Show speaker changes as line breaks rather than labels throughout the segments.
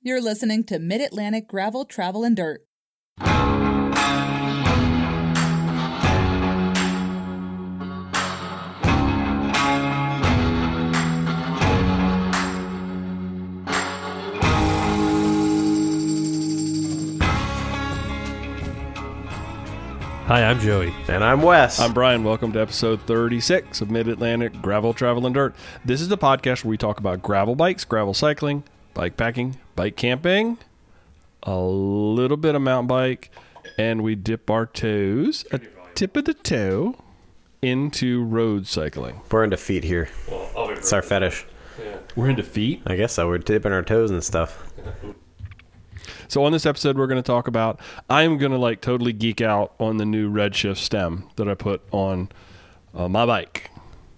You're listening to Mid Atlantic Gravel, Travel, and Dirt.
Hi, I'm Joey.
And I'm Wes.
I'm Brian. Welcome to episode 36 of Mid Atlantic Gravel, Travel, and Dirt. This is the podcast where we talk about gravel bikes, gravel cycling, bike packing, bike camping, a little bit of mountain bike, and we dip our toes, a tip of the toe, into road cycling.
We're into feet here. It's our fetish.
We're into feet.
I guess so. We're dipping our toes and stuff.
So on this episode, we're going to talk about. I'm going to like totally geek out on the new Redshift stem that I put on uh, my bike.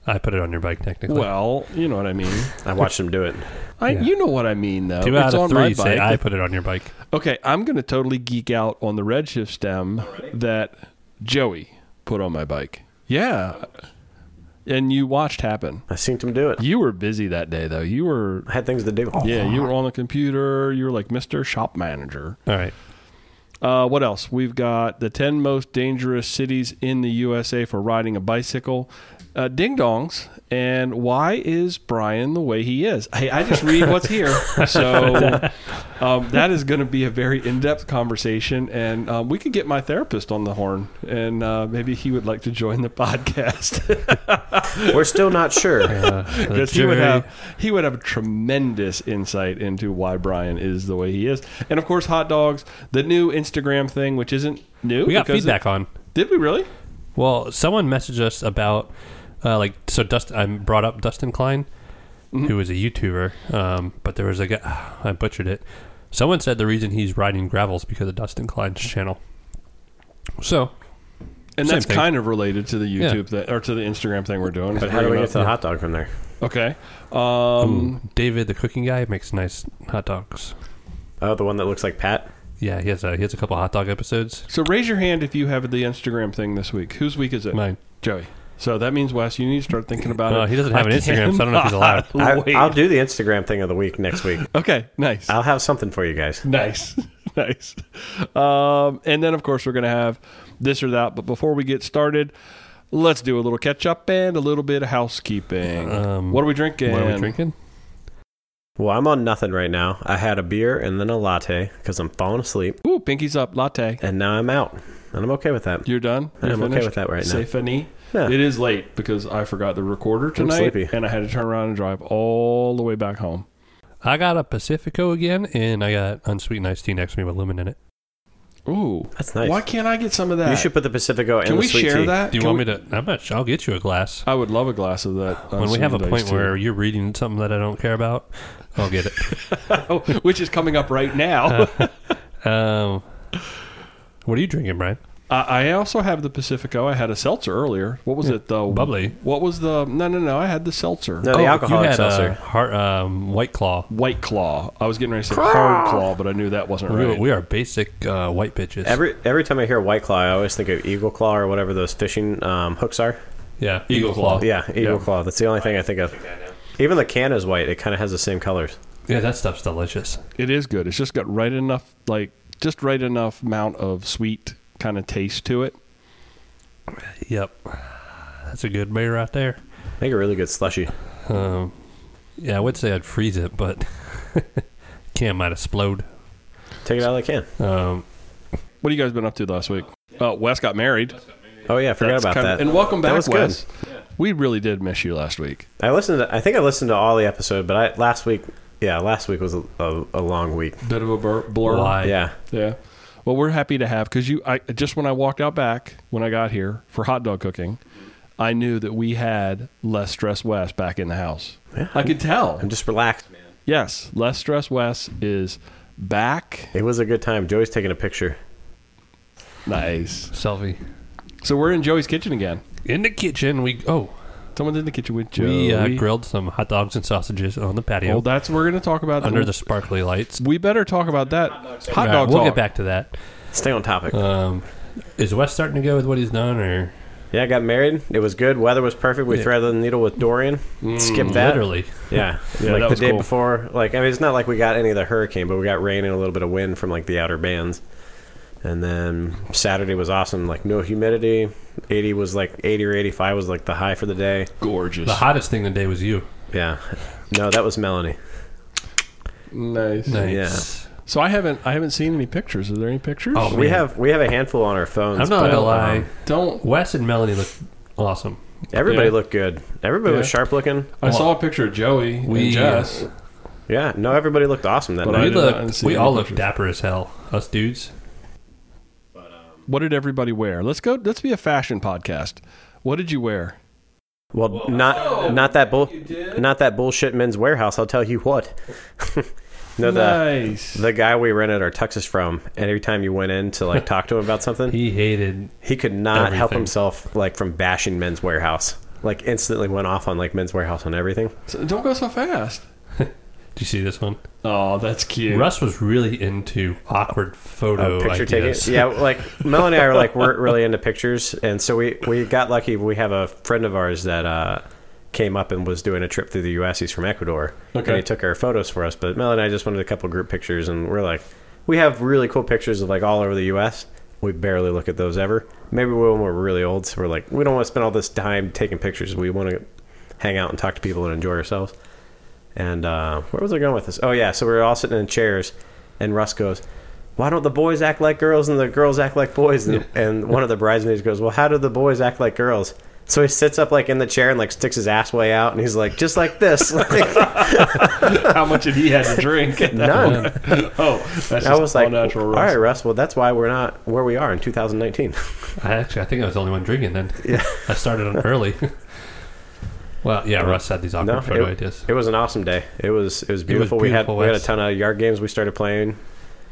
I put it on your bike technically.
Well, you know what I mean.
I watched him do it.
I,
Yeah.
You know what I mean, though.
two out
It's on
of
my
three say
bike.
I put it on your bike.
Okay, I'm going to totally geek out on the redshift stem that Joey put on my bike. Yeah. And you watched happen.
I seen him do it.
You were busy that day, though. You were,
I had things to do.
yeah, you were on the computer. You were like Mr. Shop Manager.
All right.
Uh, what else? We've got the 10 most dangerous cities in the USA for riding a bicycle, uh, ding dongs, and why is Brian the way he is? Hey, I just read what's here. So um, that is going to be a very in depth conversation. And um, we could get my therapist on the horn, and uh, maybe he would like to join the podcast.
We're still not sure.
Uh, the
Because he would
jury-
have he would have tremendous insight into why Brian is the way he is, and of course, hot dogs, the new Instagram thing, which isn't new.
We got
because it-
feedback on.
did we really?
Well, someone messaged us about uh, like so. Dust. I brought up Dustin Klein,
Mm-hmm.
who is a YouTuber. Um, but there was a guy. I butchered it. Someone said the reason he's riding gravels because of Dustin Klein's channel. So
And
Same
that's
thing.
kind of related to the
Yeah.
YouTube that, or to the Instagram thing we're doing.
But how do we get to the hot dog from there?
Okay. Um,
David, the cooking guy, makes nice hot dogs.
Oh, the one that looks like Pat?
Yeah, he has a he has a couple hot dog episodes.
so raise your hand if you have the Instagram thing this week. Whose week is it?
Mine.
Joey. So that means Wes, you need to start thinking about
Uh,
it.
he doesn't have an Instagram, so I don't know if he's allowed.
I,
cannot wait.
will do the Instagram thing of the week next week.
okay. Nice.
I'll have something for you guys.
Nice. nice. Um, and then, of course, we're going to have this or that. But before we get started, let's do a little catch up and a little bit of housekeeping.
Um,
what are we drinking?
What are we drinking?
Well, I'm on nothing right now. I had a beer and then a latte because I'm falling asleep,
Ooh, pinkies up, latte.
and now I'm out. And I'm okay with that.
You're done.
I'm
You're
okay
finished?
with that right now.
Stephanie.
Yeah.
It is late because I forgot the recorder tonight,
sleepy.
and I had to turn around and drive all the way back home.
I got a Pacifico again, and I got unsweetened iced tea next to me with lemon in it.
Ooh,
That's nice.
Why can't I get some of that?
You should put the Pacifico
Can
and
we
the sweet
share
tea.
that?
Do you
Can
want
we-
me to? I'm not. sure- I'll get you a glass.
I would love a glass of that. uh,
when we have a
sweetened
point
iced tea.
where you're reading something that I don't care about, I'll get it.
oh, which is coming up right now.
um, what are you drinking, Brian?
Uh, I I also have the Pacifico. I had a seltzer earlier. What was it? The
bubbly.
What was the? No, no, no. I had the seltzer.
No, the
Oh, you
alcoholic
had a
uh,
seltzer.
har- um, White Claw.
White Claw. I was getting ready to say Hard Claw, but I knew that wasn't
We,
right.
we are basic uh, white bitches.
Every every time I hear White Claw, I always think of Eagle Claw or whatever those fishing um, hooks are.
yeah,
Eagle Claw.
Yeah, Eagle
Oh, Yeah.
Claw. That's the only thing I think of. Even the can is white. It kind of has the same colors.
Yeah, that stuff's delicious.
It is good. It's just got right enough, like just right enough amount of sweet kind of taste to it.
Yep, that's a good beer right there.
Make a really good slushy.
Um, yeah, I would say I'd freeze it, but can might explode.
Take it out of the can.
Um,
What have you guys been up to last week? Uh, Wes got married.
Oh yeah, I forgot
That's
about
kinda-
that.
And welcome back,
That was
Wes. We really did miss you last week.
good. I listened. To, I think I listened to all the episode, but I last week. Yeah, last week was a, a, a long week.
Bit of a blur. blur.
why?
Yeah,
Yeah. Well, we're happy to have because you. I just when I walked out back when I got here for hot dog cooking, I knew that we had less stress Wes back in the house.
Yeah.
I could tell.
I'm just relaxed, man.
Yes, less stress Wes is back.
It was a good time. Joey's taking a picture.
Nice.
selfie
So we're in Joey's kitchen again.
in the kitchen. We oh,
Someone's in the kitchen with Joey.
we uh, grilled some hot dogs and sausages on the patio
Well, that's we're going to talk about
under the sparkly lights.
We better talk about that hot
All right,
dog.
We'll
talk.
get back to that.
Uh.
Stay on topic.
Um, is Wes starting to go with what he's done, or
Yeah, I got married. It was good. Weather was perfect. We
Yeah.
threaded the needle with Dorian.
Mm,
Skip that.
Literally.
Yeah.
Yeah,
like
that
the
was
day
cool.
before. Like I mean, it's not like we got any of the hurricane, but we got rain and a little bit of wind from like the outer bands. And then Saturday was awesome. Like no humidity. 80 was like 80 or 85 was like the high for the day.
Gorgeous.
The hottest thing today was you.
Yeah. No, that was Melanie.
Nice.
Nice.
So I haven't I haven't seen any pictures. Are there any pictures?
Oh,
We
man.
have we have a handful on our phones.
I'm not
but,
gonna lie.
um,
don't.
Wes and Melanie look awesome.
everybody
Yeah.
looked good. Everybody was
Yeah.
sharp looking.
I saw a picture of Joey
We-
and Jess.
Yeah. No, everybody looked awesome that
But I
night.
we
did not
look.
see
We
any
all look
pictures.
dapper as hell. Us dudes.
What did everybody wear? Let's go. Let's be a fashion podcast. What did you wear?
Well, not not that bull, not that bullshit men's warehouse. I'll tell you what. no, the
nice.
the guy we rented our tuxes from, and every time you went in to like talk to him about something,
He hated.
he could not help
Everything.
himself like from bashing men's warehouse. Like instantly went off on like men's warehouse on everything.
So- don't go so fast.
Do you see this one?
Oh, that's cute.
Russ was really into awkward photo
Uh, picture taking,
ideas.
yeah. Like Melanie and I were like weren't really into pictures, and so we we got lucky. We have a friend of ours that uh, came up and was doing a trip through the U.S. He's from Ecuador,
Okay.
and he took our photos for us. But Mel and I just wanted a couple group pictures, and we're like, we have really cool pictures of like all over the U.S. We barely look at those ever. Maybe when we're really old, so we're like, we don't want to spend all this time taking pictures. We want to hang out and talk to people and enjoy ourselves. And uh, where was I going with this? Oh yeah, so we were all sitting in chairs, and Russ goes, "Why don't the boys act like girls and the girls act like boys?" And, and one of the bridesmaids goes, "Well, how do the boys act like girls?" So he sits up like in the chair and like sticks his ass way out, and he's like, "Just like this." Like,
How much did he have to drink?
none.
oh, that's just
I was like,
natural.
"All right, Russ. Well, that's why we're not where we are in 2019."
I actually, I think I was the only one drinking then. Yeah. I started on early. well, yeah, Russ had these awkward
no,
photo
it,
ideas.
it was an awesome day. It was it was beautiful. we had
beautiful,
we had a
Wes.
ton of yard games. We started playing.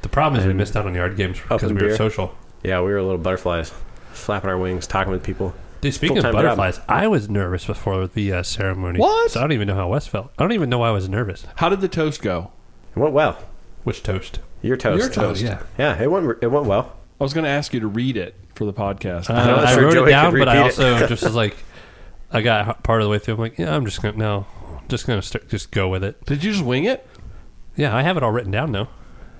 The problem is we missed out on yard games because
and
we were
beer.
social.
Yeah, we were little butterflies, flapping our wings, talking with people.
Dude, speaking of
Full-time job.
butterflies, I was nervous before the uh, ceremony.
What?
So I don't even know how Wes felt. I don't even know why I was nervous.
How did the toast go?
It went well.
Which toast?
Your toast.
Your toast.
yeah.
Yeah, it went it went well.
I was going to ask you to read it for the podcast.
Uh, I,
was sure
wrote
Joey
it
could
down, but I
repeat it.
also just was like, I got h- part of the way through. I'm like, yeah, I'm just gonna no, just gonna start, just go with it.
did you just wing it?
Yeah, I have it all written down now.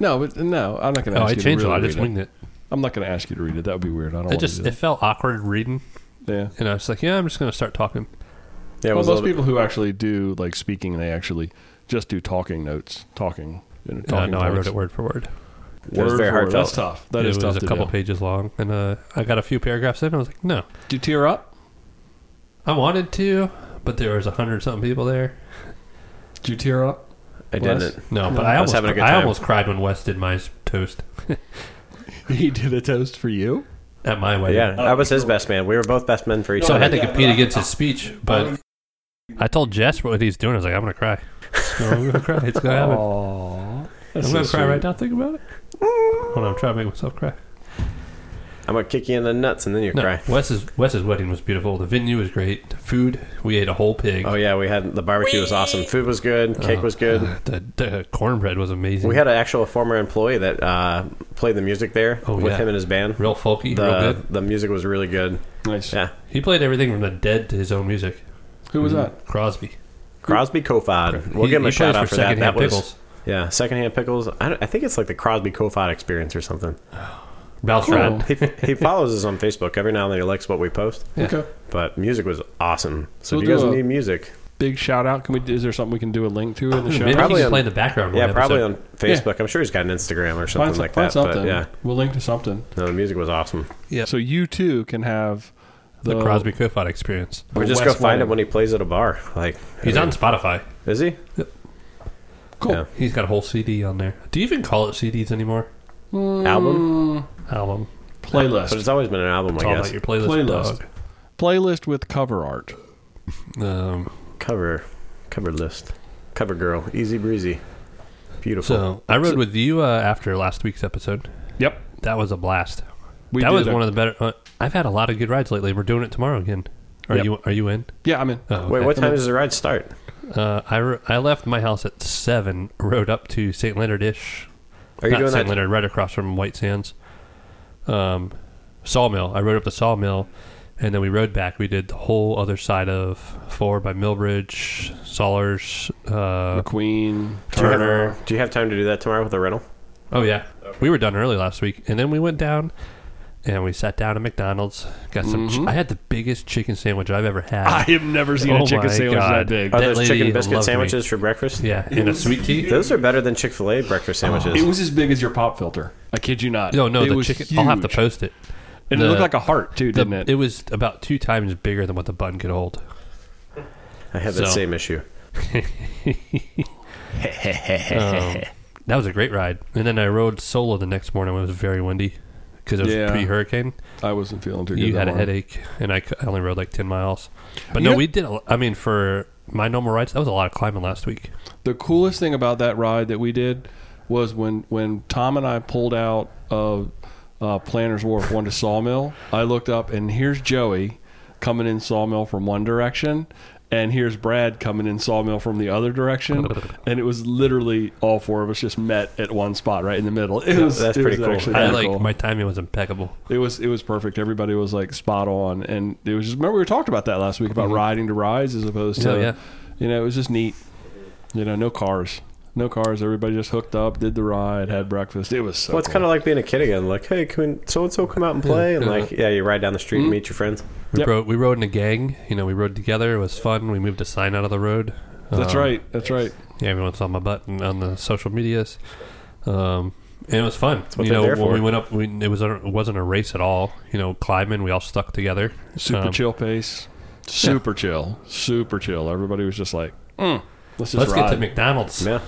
No, but no, I'm not going to.
Oh,
ask
I
you to
changed
really
it. I
read
just winged it.
I'm not going to ask you to read it. That would be weird. I don't.
It
want to
just
do
it felt awkward reading,
that. yeah.
and I was like, yeah, I'm just gonna start talking.
Yeah, it
Well,
was a
most
little bit-
people who actually do like speaking, they actually just do talking notes, talking. You know,
Uh,
talking
no, I wrote
points.
it word for word.
It was very
Word for word.
heartfelt.
That's tough. That
it
is
was
tough
a
to
couple
do.
pages long, and uh, I got a few paragraphs in. I was like, no,
Did you tear up?
I wanted to, but there was a hundred something people there.
Did you tear up?
I
Wes?
didn't.
No, but
I
I almost,
was having a good
I
time.
almost cried when Wes did my toast
He did a toast for you.
at my wedding.
Oh,
Yeah, I was his best man. We were both best men for each
So I
other.
had to compete against his speech, but I told Jess what he's doing. I was like, I'm gonna cry. So I'm gonna cry. It's gonna happen.
Oh,
Aww.
I'm gonna cry right now. Think about it. Hold on, I'm trying to make myself cry.
I'm gonna kick you in the nuts and then you
No,
cry.
Wes's Wes's wedding was beautiful. The venue was great. The food, we ate a whole pig.
Oh yeah, we had the barbecue was awesome. Food was good. Cake was good.
Uh, The, the cornbread was amazing.
We had an actual former employee that uh, played the music there
Oh,
with
yeah.
him and his band.
real folky, real
The
good.
the music was really good.
Nice.
Yeah,
He played everything from the dead to his own music.
Who was
Mm-hmm.
that?
Crosby.
Crosby Kofod. We'll
He-
give him
he
a shout
plays for
out for, that. That
Secondhand
was
Pickles.
yeah, secondhand pickles. I, don't- I think it's like the Crosby Kofod experience or something.
Balstrad.
He, he follows us on Facebook every now and then. He likes what we post.
Yeah.
Okay.
But music was awesome. So
We'll
if you guys
do a-
need music,
Big shout out. Can we? Is there something we can do a link to in the show?
Maybe
Probably
he can
on-
play in the background.
Yeah,
one
probably
episode.
on Facebook. I'm sure he's got an Instagram or something
find,
like
find
that.
something.
But yeah,
We'll link to something.
no, the music was awesome.
So you too can have the,
the, Crosby Kofod experience.
Or
Or
just go
West
find
Wing.
him when he plays at a bar. Like
He's
I
on
mean,
Spotify.
Is he?
Cool.
Yeah.
He's got a whole CD on there. Do you even call it CDs anymore?
Mm. Album.
Album.
Playlist.
But it's always been an album,
It's
I
all
guess.
about your playlist,
Playlist. Playlist with cover art.
dog. Um,
Cover, cover list, cover girl, easy breezy, beautiful.
so I rode with you uh, after last week's episode.
Yep.
That was a blast.
We
that
did
was
a-
one of the better. Uh, I've had a lot of good rides lately. We're doing it tomorrow again. Are
Yep.
you Are you in?
Yeah, I'm in.
Oh,
Wait,
okay.
what time does the ride start?
Uh, I, ro- I left my house at seven. Rode up to St. Leonard ish.
Are you
Not
doing
St.
that?
Leonard, right across from White Sands. Um, sawmill. I rode up the sawmill, and then we rode back. We did the whole other side of four by Millbridge, Sollers. Uh,
Do
McQueen,
you,
Turner.
have, do you have time to do that tomorrow with a rental?
oh yeah, we were done early last week, and then we went down and we sat down at McDonald's. Got some. ch- I had the biggest chicken sandwich I've ever had.
Mm-hmm. I have never seen
Oh
a chicken
my
sandwich
God.
that big.
Uh,
Are
That
those
lady
chicken biscuit
loved me.
sandwiches for breakfast?
yeah, and a sweet tea.
Those are better than Chick fil A breakfast
Oh. It
sandwiches.
was as big as your pop filter. I kid you not.
No, no,
it
the
was
chicken. I'll have to
huge.
post it.
And it
the-
looked like a heart too,
The-
didn't it?
it was about two times bigger than what the bun could hold.
I had that
So-
same issue.
Um, that was a great ride. And then I rode solo the next morning when it was very windy because it was
Yeah.
pre-hurricane.
I wasn't feeling too good.
You
that
had a
morning.
headache, and I, c- I only rode like ten miles. But
You
no,
know-
we did. a l- I mean, for my normal rides, that was a lot of climbing last week.
The coolest thing about that ride that we did was when when Tom and I pulled out of uh, Planner's Wharf, one to Sawmill. I looked up and here's Joey coming in Sawmill from one direction, and here's Brad coming in Sawmill from the other direction, and it was literally all four of us just met at one spot right in the middle. It was
that's
it
pretty
was
cool.
actually
I
kinda
like
cool.
my timing was impeccable.
It was it was perfect. Everybody was like spot on, and it was just remember we talked about that last week about riding to rides as opposed to,
Mm-hmm. Yeah, yeah.
you know, it was just neat. You know, no cars, no cars. Everybody just hooked up, did the ride, had breakfast. It was so.
Well, it's kind of like being a kid again. Like, hey, can so and so come out and play? And like, yeah, you ride down the
Hmm?
street and meet your friends.
We
Yep.
rode. We rode in a gang. You know, we rode together. It was fun. We moved a sign out of the road.
that's
Um,
right. That's right.
Yeah, everyone's on my butt and on the social medias. Um, and it was fun.
what
you know,
they're
when
there for.
we went up, we, it was a, it wasn't a race at all. You know, climbing, we all stuck together.
Super
Um,
chill pace. Super chill. Super chill. Everybody was just like, mm, let's just
Let's
ride.
get to McDonald's.
Yeah.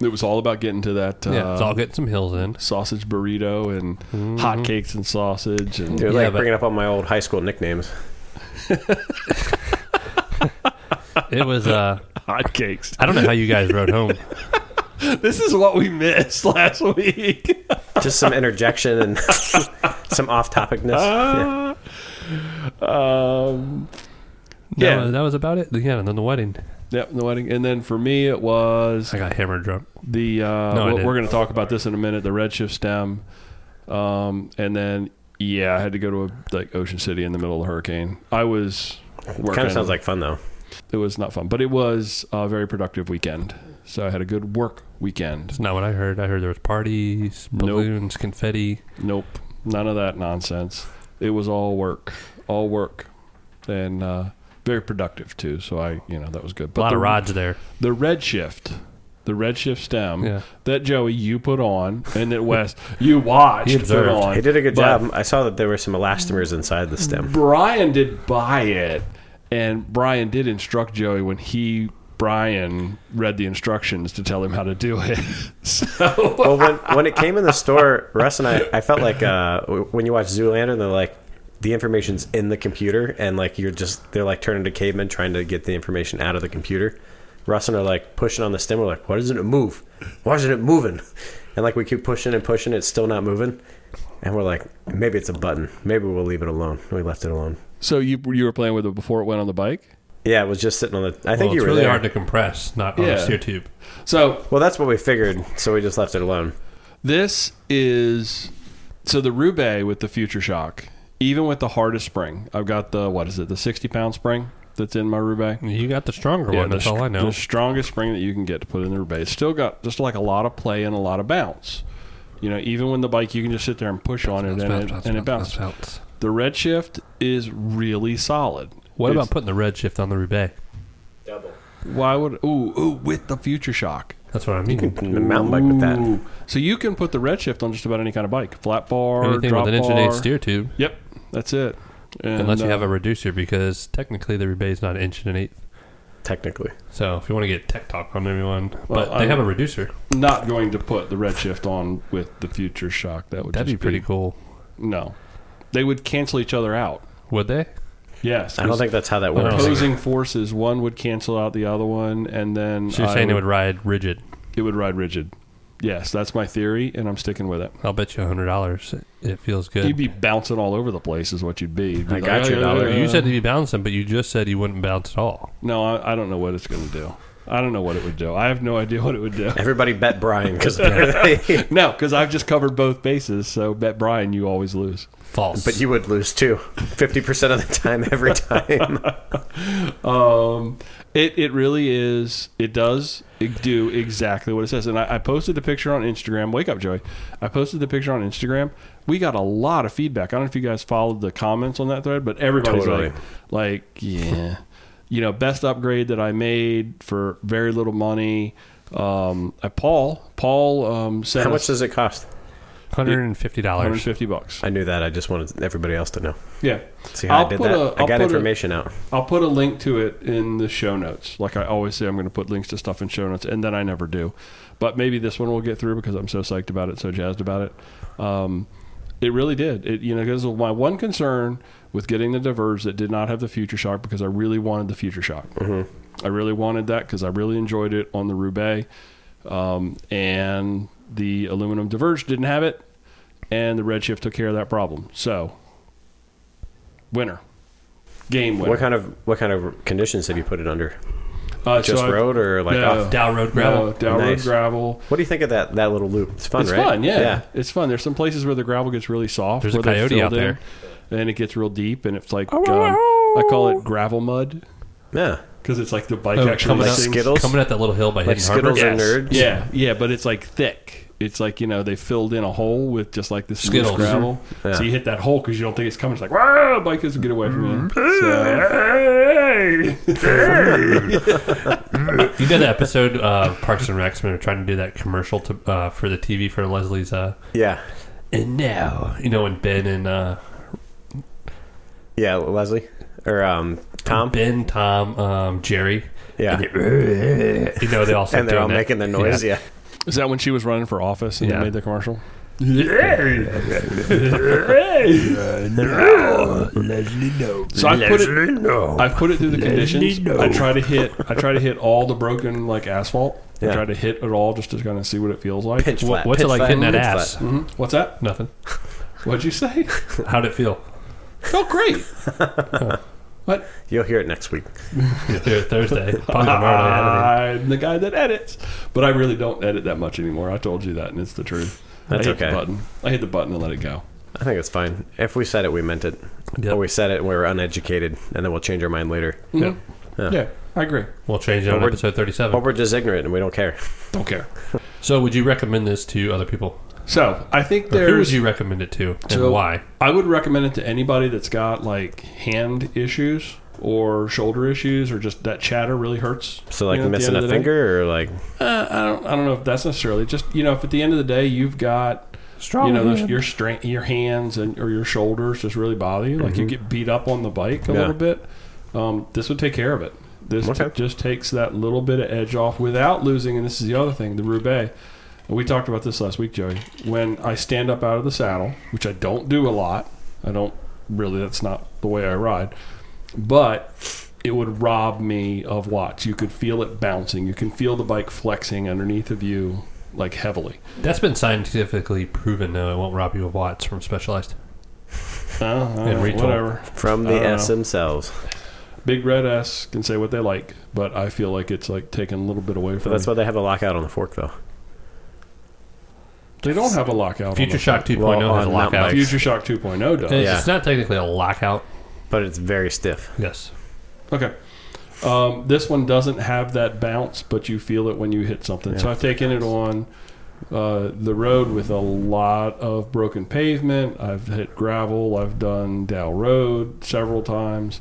it was all about getting to that. Uh,
Yeah, let's all get some hills in.
Sausage burrito and hotcakes and sausage and
Dude,
Yeah,
like
but-
bringing up all my old high school nicknames.
It was. Uh,
hotcakes.
I don't know how you guys rode home.
This is what we missed last week.
Just some interjection and some off topicness.
Ah.
Yeah.
Um,
yeah,
Yeah.
that was about it. Yeah, and then the wedding.
yep, the wedding, and then for me it was
I got hammered drunk.
the. Uh,
No, I
we're-
didn't.
we're going to talk about this in a minute. The redshift stem, um, and then yeah, I had to go to a, like Ocean City in the middle of the hurricane. I was working.
Kind of sounds like fun though.
it was not fun, but it was a very productive weekend. So I had a good work weekend.
It's not what I heard. I heard there was parties, balloons, confetti.
Nope, none of that nonsense. It was all work, all work, and uh, very productive too. So I, you know, that was good.
A lot
the-
of rods there.
the redshift the redshift stem
Yeah.
that joey you put on and that wes you watched
He
put
observed.
on
He did a good
But
job. I saw that there were some elastomers inside the stem.
brian did buy it and brian did instruct joey when he brian read the instructions to tell him how to do it so
Well, when when it came in the store, Russ and I, I felt like uh, w- when you watch Zoolander, they're like the information's in the computer, and like you're just they're like turning to cavemen trying to get the information out of the computer. Russ and I are like pushing on the stem. We're like, why doesn't it move? Why isn't it moving? And like we keep pushing and pushing, it's still not moving. And we're like, maybe it's a button. Maybe we'll leave it alone. We left it alone.
so you you were playing with it before it went on the bike
Yeah, it was just sitting on the. I
well,
think you
it's
were
really
there.
hard to compress, not on
Yeah.
a steer tube.
so
well, that's what we figured, so we just left it alone.
This is so the Roubaix with the Future Shock. Even with the hardest spring, I've got the what is it? The sixty pound spring that's in my Roubaix.
You got the stronger one.
the
That's
str-
all I know.
The strongest spring that you can get to put in the Roubaix. It's still got just like a lot of play and a lot of bounce. You know, even when the bike, you can just sit there and push on it and, it, and it bounces. The redshift is really solid.
What
It's-
about putting the red shift on the Roubaix?
why would ooh ooh with the Future Shock?
That's what I mean.
Mountain bike with that.
Ooh. So you can put the redshift on just about any kind of bike, flat bar,
Anything
drop
with an inch and
bar.
eight steer tube,
Yep, that's it. And,
unless you
uh,
have a reducer, because technically the Roubaix is not an inch and an eighth.
Technically.
So if you want to get tech talk on everyone,
Well,
but
I
they have a
mean-
reducer.
not going to put the redshift on with the future shock. That would
That'd be
just
pretty cool.
No, they would cancel each other out.
Would they?
Yes,
I don't think that's how that
don't
works.
think-
opposing forces. One would cancel out the other one, and then
So you're
I
saying they would ride rigid.
it would ride rigid. Yes, that's my theory, and I'm sticking with it.
I'll bet you hundred dollars. It feels
You'd
good. Uh,
be bouncing all over the place, is what you'd be. You'd be "Oh,
I got you, dollar.
you said to be balancing, but you just said you wouldn't bounce at all.
no. I, I don't know what it's going to do. I don't know what it would do. I have no idea what it would do.
Everybody bet Brian because apparently,
No, because I've just covered both bases. So bet Brian, you always lose.
False.
but you would lose too, fifty percent of the time every time.
Um, it it really is. It does do exactly what it says. And I, I posted the picture on Instagram. Wake up, Joey. I posted the picture on Instagram. We got a lot of feedback. I don't know if you guys followed the comments on that thread, but everybody's
Totally.
like, like, yeah, you know, best upgrade that I made for very little money. Um, I, Paul, Paul, um, sent
How
us
much does it cost?
hundred and fifty dollars.
150 bucks.
I knew that. I just wanted everybody else to know.
Yeah.
See how i
I'll
did
put
that?
a-
I
I'll
got
put a-
information out.
I'll put a link to it in the show notes. Like I always say, I'm going to put links to stuff in show notes, and then I never do. But maybe this one will get through because I'm so psyched about it, so jazzed about it. Um, it really did. It you know because my one concern with getting the Diverge that did not have the Future Shock because I really wanted the Future Shock. I really wanted that because I really enjoyed it on the Roubaix, um, and the aluminum Diverge didn't have it, and the Redshift took care of that problem. So, winner, game winner.
What kind of what kind of conditions have you put it under?
Uh, so
Just
I-
road or like?
No.
Off?
Dow Road
gravel,
gravel.
down road
Nice.
gravel.
What do you think of that that little loop? It's fun,
it's
right?
fun, yeah. It's fun. There's some places where the gravel gets really soft.
There's a
where they
coyote
filled
out
in, and it gets real deep, and it's
Oh,
like um, I call it gravel mud
yeah.
because it's like the bike
Oh,
actually
coming,
like
up,
sinks.
Skittles?
coming at that little hill by
Like
Hidden Harbor.
Skittles and nerds.
Yeah, yeah, but it's like thick. It's like you know they filled in a hole with just like this smooth
Skittles.
gravel.
Yeah.
So you hit that hole because you don't think it's coming. It's like wow, bike doesn't get away from you.
Mm-hmm.
So,
You did that episode uh, of Parks and Recs when they were trying to do that commercial to, uh, for the TV for Leslie's. Uh,
Yeah.
and now, you know, when Ben and uh,
Yeah, Leslie or um, Tom.
Ben, Tom, um, Jerry,
Yeah,
you know, they all start
and they're all
doing that.
making the noise. Yeah,
is that when she was running for office and
Yeah.
they made the commercial? So I put it. I put it through the conditions. I try to hit. I try to hit all the broken like asphalt. I
Yeah.
try to hit it all just to kind of see what it feels like.
Pinch
Wha-
flat.
What's it
Pinch
like
flat,
hitting that
pinch flat.
ass?
Mhm. What's that?
Nothing.
What'd you say?
How'd it feel?
Felt great. what?
You'll hear it next week.
Thursday. Probably
Oh,
tomorrow.
I'm the guy that edits, but I really don't edit that much anymore. I told you that, and it's the truth.
That's
I hit
okay.
The button. I hit the button and let it go.
I think it's fine. If we said it, we meant it.
Yep.
Or we said it and we were uneducated, and then we'll change our mind later.
Mhm.
Yeah.
yeah, I agree.
We'll change it on
Or-
episode
Or
37.
we're just ignorant and we don't care.
Don't care.
So, would you recommend this to other people?
So I think
Or who would
there's
you recommend it to and
So,
why?
I would recommend it to anybody that's got like hand issues or shoulder issues or just that chatter really hurts.
So like
you know, at the
missing
end of
a
the day.
finger or like
Uh, I don't. I don't know if that's necessarily just you know if at the end of the day you've got
Strong.
you know those,
hand.
your strength, your hands and or your shoulders just really bother you. Like you get beat up on the bike a
Mm-hmm. Yeah.
little bit. Um, this would take care of it. This
Okay.
t- just takes that little bit of edge off without losing. And this is the other thing, the Roubaix. We talked about this last week, Joey. When I stand up out of the saddle, which I don't do a lot, I don't really. That's not the way I ride. But it would rob me of watts. You could feel it bouncing. You can feel the bike flexing underneath of you, like heavily.
That's been scientifically proven, though. It won't rob you of watts from Specialized.
Uh, uh,
And retool.
whatever.
from
I
the
don't
S
know.
themselves.
Big Red S can say what they like, but I feel like it's like taken a little bit away
So
from.
that's
me.
why they have a lockout on the fork though.
they don't have a lockout. on
Future
the-
Shock 2.0
Well,
has a
on mountain
lockout.
Future Shock 2.0 does.
It's,
Yeah.
it's not technically a lockout.
But it's very stiff.
Yes.
Okay. Um, this one doesn't have that bounce, but you feel it when you hit something. So I've taken it on uh, the road with a lot of broken pavement. I've hit gravel. I've done Dow Road several times.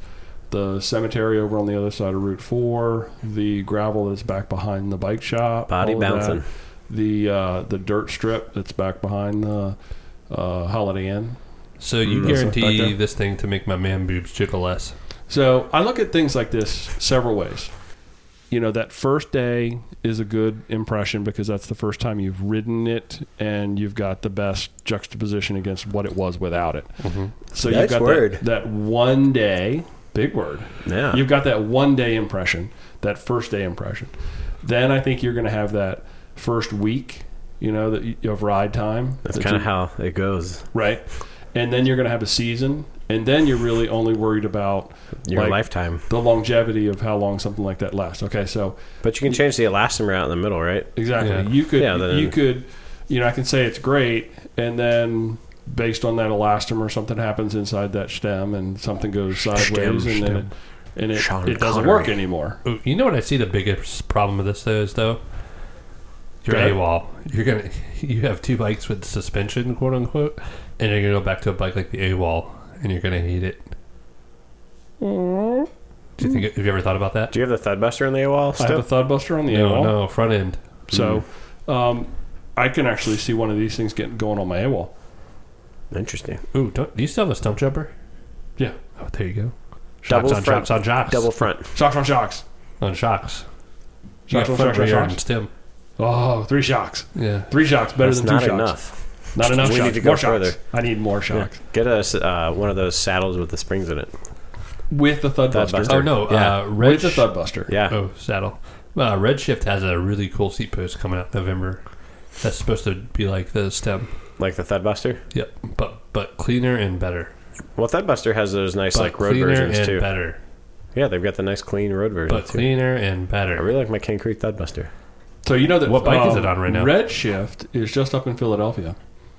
The cemetery over on the other side of Route 4. The gravel that's back behind the bike shop.
Body
all of that.
bouncing.
The uh, the dirt strip that's back behind the uh, Holiday Inn.
So you
Mm, that's like
guarantee
that.
this thing to make my man boobs jiggle less.
So I look at things like this several ways. You know, that first day is a good impression because that's the first time you've ridden it and you've got the best juxtaposition against what it was without it.
Mm-hmm.
So you've
Nice
got that-
word.
That, one day, big word.
Yeah.
You've got that one day impression, that first day impression. Then I think you're going to have that first week, you know, that you, of ride time.
That's
that
kind of
you-
how it goes.
right? And then you're going to have a season, and then you're really only worried about
Your
like,
lifetime.
the longevity of how long something like that lasts. Okay, so
But you can change the elastomer out in the middle, right?
exactly,
Yeah.
you could
Yeah, then-
you could you know I can say it's great, and then based on that elastomer, something happens inside that stem, and something goes sideways, and then
stem.
it, and it,
Sean
it doesn't
Connery.
work anymore.
Ooh, Oh, You know what I see the biggest problem with this though is though your
Go ahead.
AWOL. You're gonna you have two bikes with suspension, quote unquote, and you're gonna go back to a bike like the AWOL, and you're gonna hate it. Do you think? Have you ever thought about that?
Do you have the Thudbuster in the AWOL
I have
still?
a thud buster on the
No,
AWOL.
no, Mm-hmm. front end.
So um, I can actually see one of these things getting going on my AWOL.
Interesting.
Ooh, don't, do you still have a stump jumper?
Yeah.
Oh, there you go. Shocks
Double
on
front-
shocks on shocks.
Double front.
Shocks on shocks.
on shocks. You
Shocks
got
on
front,
shocks on
rear, and
shocks.
stem.
Oh, three shocks.
Yeah.
Three shocks better
That's
than two
not
shocks.
enough.
Not enough
We
shocks.
need to go
more shocks.
further.
I need more shocks.
Get us uh, one of those saddles with the springs in it.
With the thud
Thud
buster.
buster.
Oh no,
Yeah.
uh, red.
With the
sh-
thud buster.
Yeah.
Oh, saddle. Uh, Redshift has a really cool seat post coming out in November. That's supposed to be like the stem.
Oh.
Like the Thudbuster?
Yep, but but cleaner and better.
Well, Thudbuster has those nice
But
like road
cleaner
versions
and
too.
better.
Yeah, they've got the nice clean road version
But
too.
cleaner and
I
better.
really like my King Creek Thudbuster.
So you know that um,
What bike is it on right now? Hmm.
Redshift is just up in Philadelphia.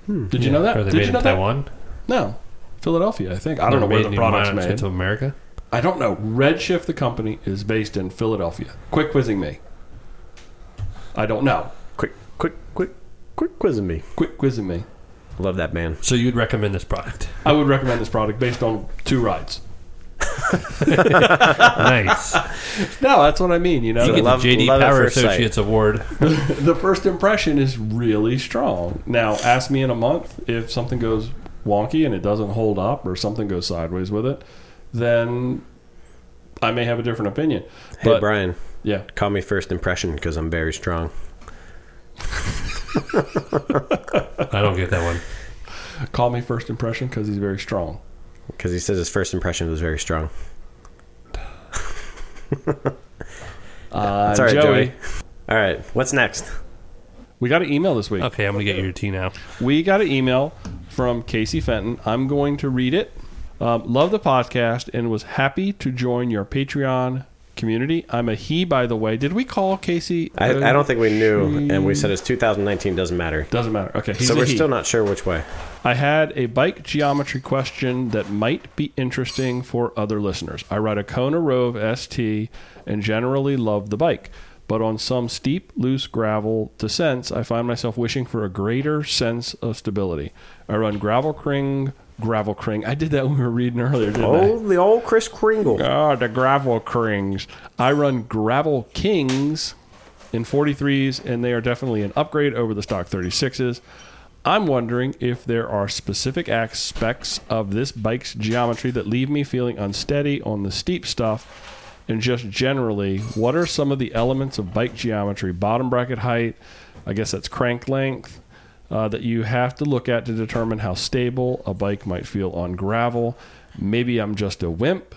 Did
Yeah.
you know that?
Are they
Did
made
you know
in
that?
Taiwan?
No. Philadelphia, I think. I don't
They're
know where
made
the
in
product's
United
made.
States of America.
I don't know. Redshift, the company, is based in Philadelphia. Quick quizzing me. I don't know.
Quick, quick, quick, quick quizzing me.
Quick quizzing me.
Love that man.
So you'd recommend this product?
I would recommend this product based on two rides.
nice.
No, that's what I mean. You know,
You
I
get
love-
the JD
love at
Power
first sight.
Associates Award.
the first impression is really strong. Now, ask me in a month if something goes wonky and it doesn't hold up, or something goes sideways with it, then I may have a different opinion.
Hey
But-
Brian,
Yeah,
call me first impression because I'm very strong.
I don't get that one.
call me first impression because he's very strong.
Because he says his first impression was very strong.
Uh,
It's all right,
Joey,
Joey. All right, what's next?
we got an email this week.
Okay, I'm gonna get your tea now.
We got an email from Casey Fenton. I'm going to read it. Um, love the podcast and was happy to join your Patreon community. I'm a he, by the way. Did we call Casey?
I,
uh,
I don't think we knew, and we said it's 2019 doesn't matter.
Doesn't matter. Okay, he's
So
a
we're
he.
still not sure which way.
I had a bike geometry question that might be interesting for other listeners. I ride a Kona Rove ST and generally love the bike, but on some steep, loose gravel descents, I find myself wishing for a greater sense of stability. I run gravel cring, gravel cring. I did that when we were reading earlier, didn't I?
Oh, the old Chris Kringle.
Oh, the gravel krings. I run gravel kings in 43s, and they are definitely an upgrade over the stock 36s. I'm wondering if there are specific aspects of this bike's geometry that leave me feeling unsteady on the steep stuff. And just generally, what are some of the elements of bike geometry? Bottom bracket height, I guess that's crank length, uh, that you have to look at to determine how stable a bike might feel on gravel. Maybe I'm just a wimp.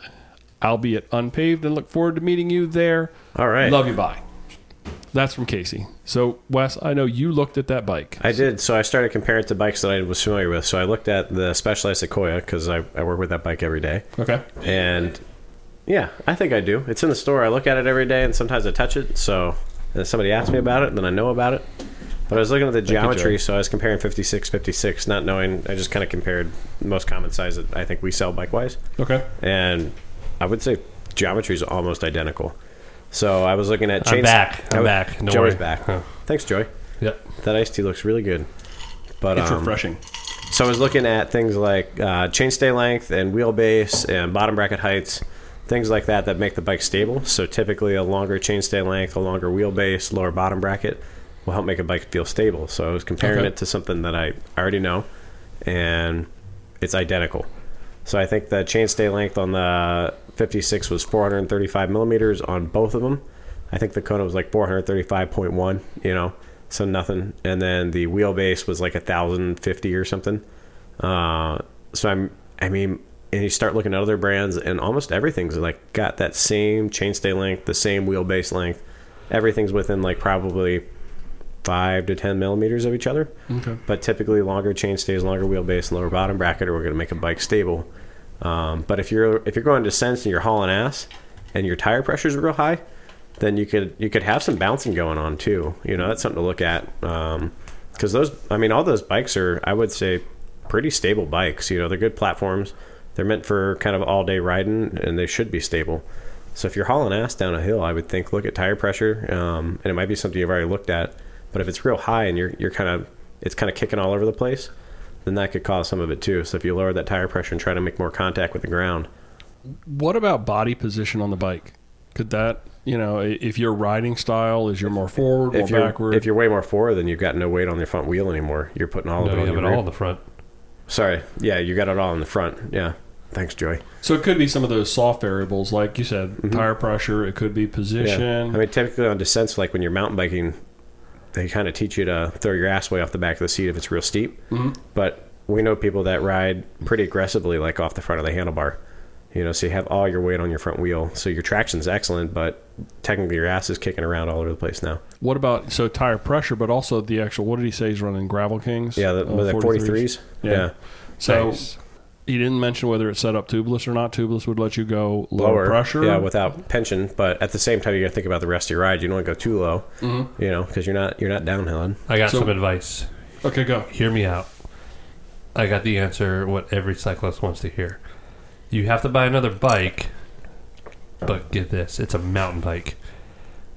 I'll be at Unpaved and look forward to meeting you there.
All right.
Love you. Bye. That's from Casey. So, Wes, I know you looked at that bike.
I did. So I started comparing it to bikes that I was familiar with. So I looked at the Specialized Sequoia because I, I work with that bike every day.
Okay.
And yeah, I think I do. It's in the store. I look at it every day and sometimes I touch it. So and if somebody asks me about it, then I know about it. But I was looking at the
Joey.
geometry, so I was comparing 56, 56, not knowing. I just kind of compared the most common size that I think we sell bike wise.
Okay.
And I would say geometry is almost identical. So I was looking at
I'm
chains-
back. I'm
I was-
back. Don't
Joey's
worry.
back.
Huh.
Thanks, Joey.
Yep.
That iced tea looks really good. But
It's
um,
refreshing.
so I was looking at things like uh, chainstay length and wheelbase and bottom bracket heights, things like that that make the bike stable. So typically, a longer chainstay length, a longer wheelbase, lower bottom bracket will help make a bike feel stable. So I was comparing
Okay.
it to something that I already know, and it's identical. So I think the chainstay length on the 56 was 435 millimeters on both of them. I think the Kona was like 435.1, you know, so nothing. And then the wheelbase was like 1,050 or something. Uh, so I'm, I mean, and you start looking at other brands, and almost everything's like got that same chainstay length, the same wheelbase length. Everything's within like probably five to ten millimeters of each other.
Okay.
But typically, longer chainstays, longer wheelbase, lower bottom bracket are going to make a bike stable. Um, but if you're if you're going descents and you're hauling ass and your tire pressure's real high, then you could you could have some bouncing going on too. You know that's something to look at because those I mean all those bikes are I would say pretty stable bikes. You know they're good platforms. They're meant for kind of all day riding and they should be stable. So if you're hauling ass down a hill, I would think look at tire pressure, um, and it might be something you've already looked at. But if it's real high and you're you're kind of it's kind of kicking all over the place, then that could cause some of it too. So if you lower that tire pressure and try to make more contact with the ground,
What about body position on the bike? Could that, you know, i- if your riding style is you're more forward,
if
more
you're
backward?
if you're way more forward, then you've got no weight on your front wheel anymore. You're putting all
No,
of it
you
on
have
your
it
rear.
all in the front.
Sorry, yeah, you got it all in the front. Yeah, thanks, Joy.
so it could be some of those soft variables, like you said, tire pressure. It could be
Mm-hmm. Yeah.
position.
I mean, typically on descents, like when you're mountain biking, they kind of teach you to throw your ass way off the back of the seat if it's real steep.
Mm-hmm.
mm But we know people that ride pretty aggressively, like off the front of the handlebar. You know, so you have all your weight on your front wheel, so your traction's excellent, but technically your ass is kicking around all over the place now.
what about so tire pressure, but also the actual? What did he say he's running? Gravel Kings.
Yeah, the,
Uh,
was that 43s?
Yeah. So he didn't mention whether it's set up tubeless or not. Tubeless would let you go lower,
lower
pressure.
yeah, without pension. But at the same time, you got to think about the rest of your ride. You don't want to go too low,
Mm-hmm.
you know, because you're not you're not downhilling.
I got
So-
some advice.
okay, go.
Hear me out. I got the answer what every cyclist wants to hear. You have to buy another bike, but get this it's a mountain bike.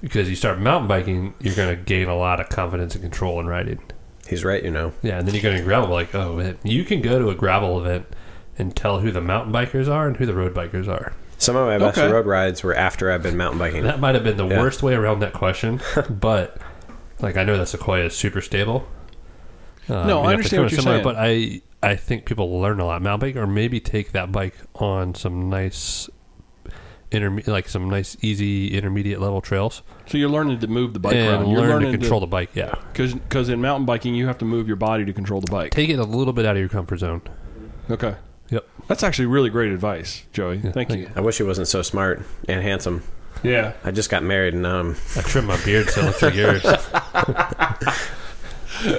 Because you start mountain biking, you're going to gain a lot of confidence and control in riding.
He's right, you know.
Yeah, and then you're going to gravel like, oh, man. you can go to a gravel event and tell who the mountain bikers are and who the road bikers are.
Some of my best
Okay.
road rides were after I've been mountain biking.
That might have been the
Yeah.
worst way around that question, but like I know that Sequoia is super stable. Uh,
No, I
if
understand
it's gonna
what you're
similar,
saying.
but I I think people learn a lot mountain bike, or maybe take that bike on some nice intermediate, like some nice easy intermediate level trails,
So you're learning to move the bike
and
around. You're
learn to
learning
control the bike. Yeah,
Because in mountain biking, you have to move your body to control the bike.
take it a little bit out of your comfort zone.
Okay.
Yep.
That's actually really great advice, Joey. thank, you.
I wish he wasn't so smart and handsome.
Yeah.
I just got married and um,
I trim my beard so it looks like yours.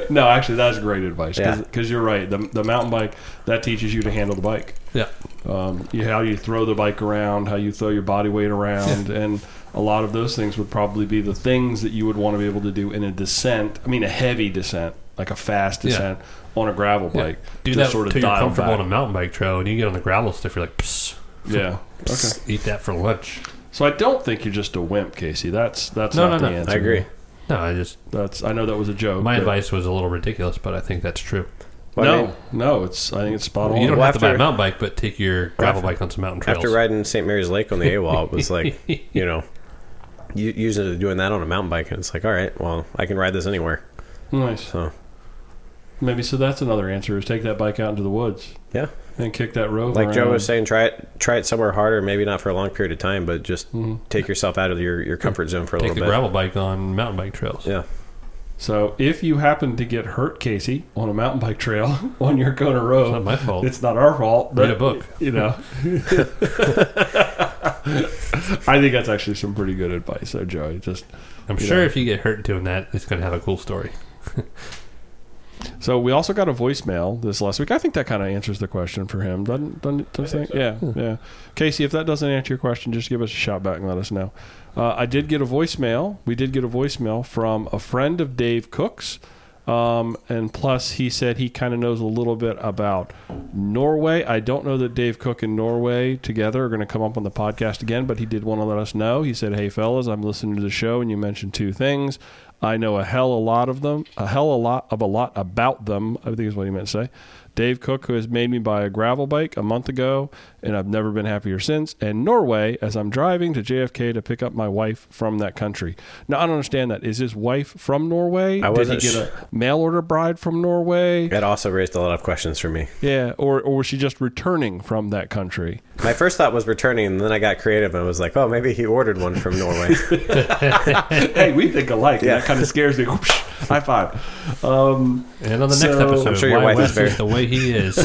No, actually, that's great advice.
Yeah.
Because you're right. The, the mountain bike, that teaches you to handle the bike.
Yeah,
Um, you, how you throw the bike around, how you throw your body weight around. and a lot of those things would probably be the things that you would want to be able to do in a descent. I mean, a heavy descent, like a fast
Yeah.
descent on a gravel bike.
do
to
that
sort of
till you're
dial
comfortable
back.
on a mountain bike trail, and you get on the gravel stuff. You're like, Psst,
Yeah. Okay.
psst, eat that for lunch.
So I don't think you're just a wimp, Casey. That's that's
No,
not
no,
the
no.
answer.
I agree.
No, I just
That's I know that was a joke.
my
but-
advice was a little ridiculous, but I think that's true.
Well, I
no,
mean,
no, it's I think it's spot on.
you don't
Well,
have to buy a
after-
mountain bike, but take your gravel bike on some mountain trails.
after riding St. Mary's Lake on the AWOL, it was like, you know, u- using it doing that on a mountain bike, and it's like, all right, well, I can ride this anywhere.
nice.
So
Maybe so that's another answer is take that bike out into the woods
yeah,
and kick that rope.
like Joe
around.
was saying, try it, try it somewhere harder. Maybe not for a long period of time, but just take yourself out of your, your comfort zone for a
Mm-hmm. take the
little
gravel
bit.
bike on mountain bike trails.
Yeah.
So if you happen to get hurt, Casey, on a mountain bike trail on your Kona road,
It's not my fault.
It's not our fault.
Read
but,
a book.
You know. I think that's actually some pretty good advice there, Joey. Just
I'm
You
sure
know.
if you get hurt doing that, it's going to have a cool story.
So we also got a voicemail this last week. I think that kind of answers the question for him, doesn't doesn't, doesn't it? Yeah, yeah. Casey, if that doesn't answer your question, just give us a shout back and let us know. Uh, I did get a voicemail. We did get a voicemail from a friend of Dave Cook's, um, and plus he said he kind of knows a little bit about Norway. I don't know that Dave Cook and Norway together are going to come up on the podcast again, but he did want to let us know. He said, "Hey fellas, I'm listening to the show, and you mentioned two things." I know a hell a lot of them, a hell a lot of a lot about them. I think is what he meant to say. Dave Cook, who has made me buy a gravel bike a month ago, and I've never been happier since. And Norway, as I'm driving to JFK to pick up my wife from that country. Now I don't understand that. Is his wife from Norway?
I wasn't
Did he get
su-
a mail order bride from Norway?
That also raised a lot of questions for me.
Yeah, or or was she just returning from that country?
My first thought was returning, and then I got creative and was like, oh, maybe he ordered one from Norway.
hey, we think alike.
Yeah.
That kind of scares me. High five. Um,
And on the next
So-
episode,
I'm
sure your
why
wife is
Wes
very-
is the way he is.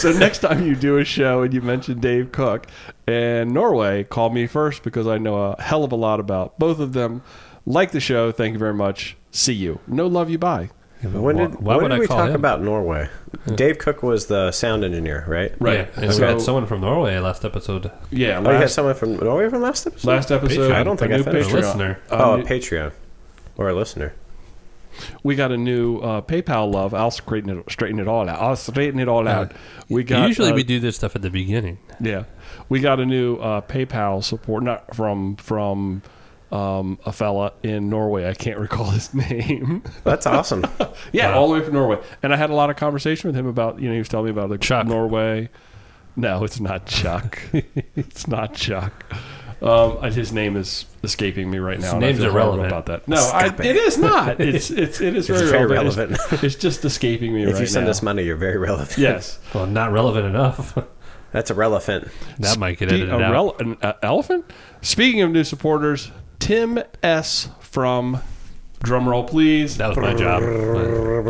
So next time you do a show and you mention Dave Cook and Norway, call me first because I know a hell of a lot about both of them. Like the show, thank you very much. See you. No love you. Bye.
When
Why-
did,
why
when
would
did
I
we
call
talk
him?
about Norway? Dave Cook was the sound engineer, right?
Right.
Yeah, and
So-
we had someone from Norway last episode.
Yeah.
Oh, you had
Last,
someone from Norway from last episode?
last episode.
I don't think
a
I
new
finished.
A
Patreon- Um,
listener.
a
oh, a
new-
Patreon or a listener.
we got a new uh, PayPal love. I'll straighten it, straighten it all out. I'll straighten it
uh,
all out. We got
Uh, Usually
uh,
we do this stuff at the beginning.
Yeah, we got a new uh, PayPal support, not from from um, a fella in Norway. I can't recall his name.
That's awesome.
yeah,
Wow.
all the way from Norway. And I had a lot of conversation with him about you know he was telling me about like
Chuck.
Norway. No, it's not Chuck. it's not Chuck. Um, and his name is escaping me right now. and I
name's
feel horrible
irrelevant.
about that. No, I,
Stop
it.
it.
it is not. It's it's it is
It's
very,
very
relevant. It's- It's,
relevant.
just escaping me
if
right
you send
now.
us money, you're very relevant.
yes,
Well, not relevant enough.
That's irrelevant.
that might get
Spe-
edited
a
out.
rel- an uh, elephant? Speaking of new supporters, Tim S. from drumroll please
that was my job.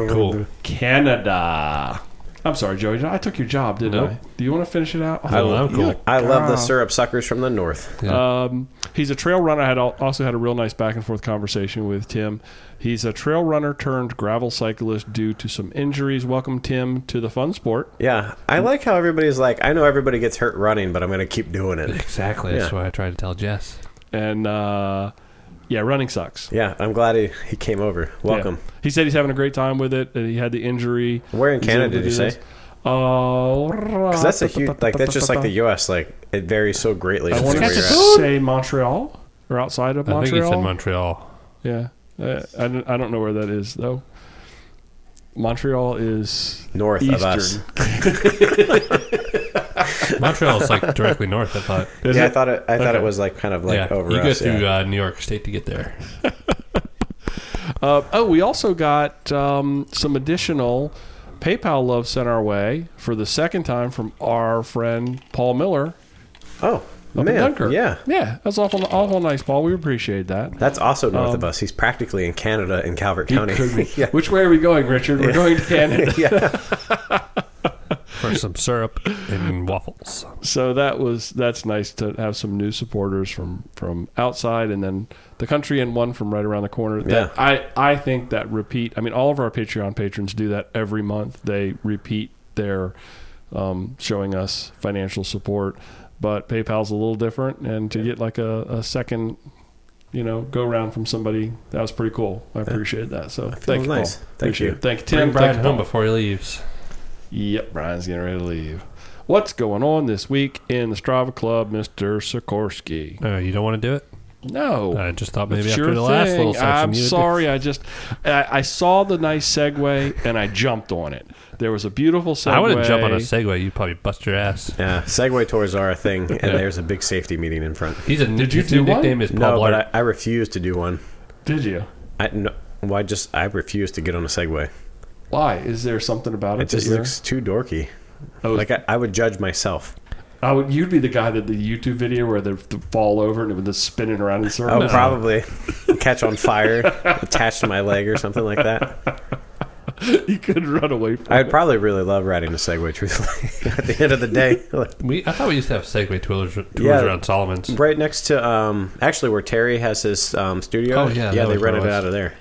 cool.
Canada. I'm sorry, Joey. I took your job, didn't
Nope.
I? Do you want to finish it out?
I
Oh,
love-
you
cool.
look-
I love the
God.
syrup suckers from the north.
Yeah.
Um, he's a trail runner. I had al- also had a real nice back and forth conversation with Tim. He's a trail runner turned gravel cyclist due to some injuries. Welcome, Tim, to the fun sport.
Yeah, I like how everybody's like, I know everybody gets hurt running, but I'm going to keep doing it.
Exactly. That's
Yeah.
what I tried to tell Jess.
And uh, yeah, running sucks.
Yeah, I'm glad he, he came over. Welcome.
Yeah. He said he's having a great time with it, and he had the injury.
Where in
He's
Canada
able to
did you
do
say?
this. Uh,
Because that's a huge, like, that's just like the U.S., like, it varies so greatly.
I
from
want
where
to
you're at.
say Montreal or outside of
I think
Montreal.
it's in Montreal.
yeah, uh, I, don't, I don't know where that is though. Montreal is
North of us.
eastern.
Montreal is like directly north. I thought.
Is
yeah, I
it?
thought it. I thought
Okay.
it was like kind of like
yeah,
over
you go
us.
through
yeah.
uh, New York State to get there.
Uh, oh, we also got um, some additional PayPal love sent our way for the second time from our friend Paul Miller
oh
up in
man,
Dunkirk.
yeah,
yeah, that's awful, awful nice, Paul. We appreciate that.
that's also north of us. He's practically in Canada in Calvert
He
County.
Um, could be.
yeah,
Which way are we going, Richard? We're going to Canada.
yeah.
for some syrup and waffles.
So that was that's nice to have some new supporters from from outside and then the country and one from right around the corner. That-
Yeah.
I I think that repeat. I mean, all of our Patreon patrons do that every month. They repeat their um, showing us financial support, but PayPal's a little different, and to get like a, a second. You know, go round from somebody. That was pretty cool. I appreciate that. So thank you,
nice.
Paul.
Thank
Appreciate
you.
it. Thank you, Tim.
Bring
Thank
Brian
you,
home
Paul.
before he leaves.
Yep, Brian's getting ready to leave. What's going on this week in the Strava Club, Mr. Sikorsky?
Uh, you don't want to do it.
No.
I just thought
It's
maybe after
your
the last little
thing.
section.
I'm
you would do-
sorry. I just I, I saw the nice segue and I jumped on it. There was a beautiful segue.
I wouldn't jump on a segue. You'd probably bust your ass.
yeah. Segway tours are a thing, and
Yeah.
there's a big safety meeting in front.
He's a
Did you
his new
do one?
nickname is Paul
No, but
Blart.
I, I refuse to do one.
Did you?
I no, well, I just I refuse to get on a Segway.
Why? Is there something about it?
It just
that you're-
looks too dorky.
Oh,
Like I, I would judge myself.
I would, you'd be the guy that the YouTube video where they fall over and it was just spinning around in
Oh,
circles.
probably catch on fire, attached to my leg or something like that.
you could run away from
I'd probably really love riding a Segway. Truthfully, at the end of the day, like,
we, I thought we used to have Segway tours, tours
Yeah.
around Solomon's.
Right next to um, actually where Terry has his um, studio.
Oh, yeah,
yeah,
that
they
was where it
rented it
was.
out of there.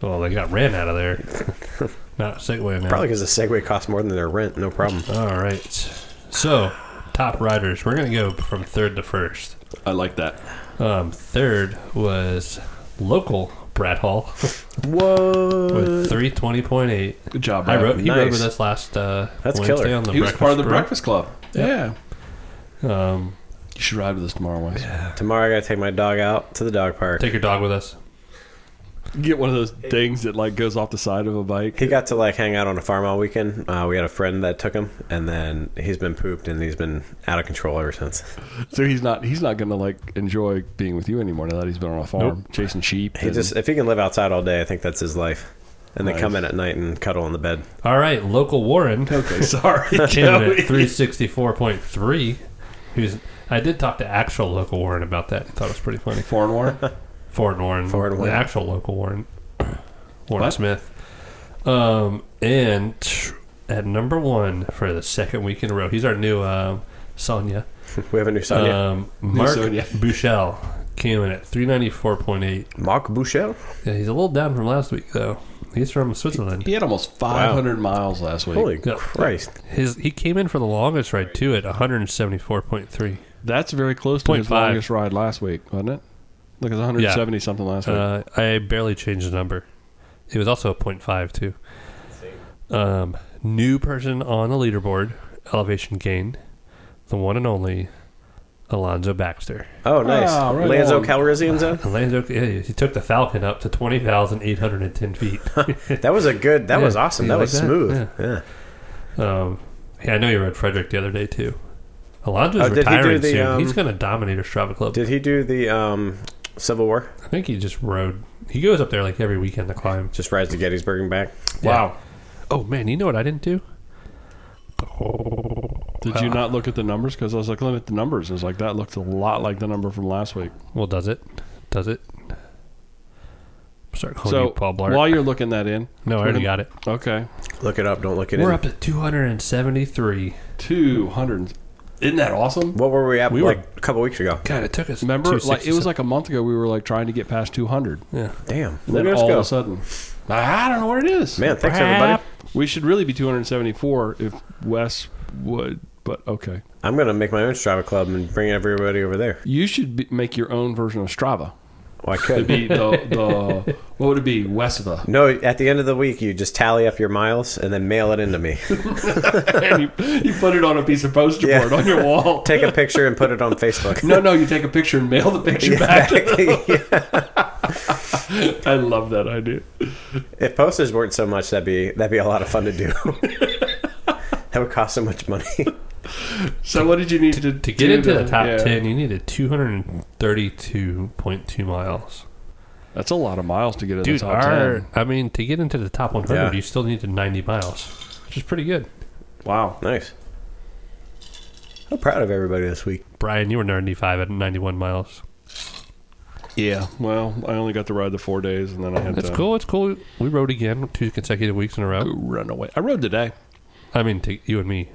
Well, they got ran out of there. Not Segway now.
Probably because the Segway costs more than their rent. No problem.
All right. So, top riders. We're going to go from third to first.
I like that.
Um, third was local Brad Hall
Whoa,
with 320.8.
Good job.
I
Matt.
wrote. He wrote
nice.
with us last uh,
That's
Wednesday
killer.
on the
He was
breakfast
part of the
Brew.
Breakfast Club. Yeah.
Um,
You should ride with us tomorrow, Wes.
tomorrow I gotta take my dog out to the dog park.
Take your dog with us.
Get one of those things that like goes off the side of a bike.
He got to like hang out on a farm all weekend. Uh, we had a friend that took him, and then he's been pooped and he's been out of control ever since.
So he's not he's not gonna like enjoy being with you anymore now that he's been on a farm chasing sheep.
He
and-
just if he can live outside all day, I think that's his life. And then
Nice.
come in at night and cuddle on the bed.
All right, local Warren came
okay, sorry.
in
Joey.
at three sixty four point three. Who's I did talk to actual local Warren about that. I thought it was pretty funny.
Foreign war.
Foreign Warren,
Foreign
the
Warren.
actual local Warren, Warren
What?
Smith. Um, and tr- at number one for the second week in a row, he's our new um Sonia.
We have a new son. yeah.
Um, Mark
Oh, Sonia.
Bouchel came in at three ninety four point eight.
Mark Bouchel.
Yeah, he's a little down from last week though. He's from Switzerland.
He had almost 500 miles last week.
Holy
Yeah.
Christ!
His he came in for the longest ride too at 174.3.
That's very close to
Point
his
five.
longest ride last week, wasn't it? Like it was 170 something last week.
Uh, I barely changed the number. It was also a 0.5 too. Um, new person on the leaderboard, elevation gain, the one and only Alonzo Baxter.
Oh, nice.
Ah, right
Lanzo
on.
Calrissian zone.
Alonzo, yeah, he took the Falcon up to 20,810 feet.
That was a good. That
Yeah.
was awesome.
You
That
like
was
that?
smooth.
Yeah.
Yeah.
um, yeah, I know you read Frederick the other day too. Alonzo's
Oh, did he do
retiring
the,
soon.
um,
He's going to dominate a Strava Club.
Did he do the um, Civil War?
I think he just rode. He goes up there like every weekend to climb.
Just rides to Gettysburg and back.
wow.
Oh man, you know what I didn't do?
Did
uh,
you not look at the numbers? Because I was like looking at the numbers. and I was like, that looked a lot like the number from last week.
Well, does it? Does it? Start calling
so
Oh, you Paul Blart.
while you're looking that in,
no, I already got it.
okay,
Look it up. Don't look it
We're
in.
up to 273.
200. Isn't that awesome?
What were we at
We were-
like a couple weeks ago?
God, it took us.
Remember, like it was like a month ago, we were like trying to get past 200.
yeah.
Damn.
And
Look
then
at us
all
go.
of a sudden, I I don't know what it is.
Man, thanks everybody.
We should really be 274 if Wes would, but okay.
I'm gonna make my own Strava club and bring everybody over there.
You should be, make your own version of Strava.
Oh, I
It'd
could.
be the, the what would it be? Wesva.
no, at the end of the week, you just tally up your miles and then mail it into me.
and you, you put it on a piece of poster
Yeah.
board on your wall.
Take a picture and put it on Facebook.
no, no, you take a picture and mail the picture back.
Yeah.
I love that idea.
If posters weren't so much, that'd be that'd be a lot of fun to do. that would cost so much money.
So, what did you need to
To get into the top
yeah.
10, you needed 232.2 miles.
That's a lot of miles to get in
Dude,
the top
our,
ten.
I mean, to get into the top 100,
Yeah.
you still needed 90 miles, which is pretty good.
Wow.
nice. I'm proud of everybody this week.
Brian, you were 95 at 91 miles.
Yeah. Well, I only got to ride the four days, and then I had
It's
to
cool. It's cool. We rode again two consecutive weeks in a row.
run away. I rode today.
I mean, to you and me.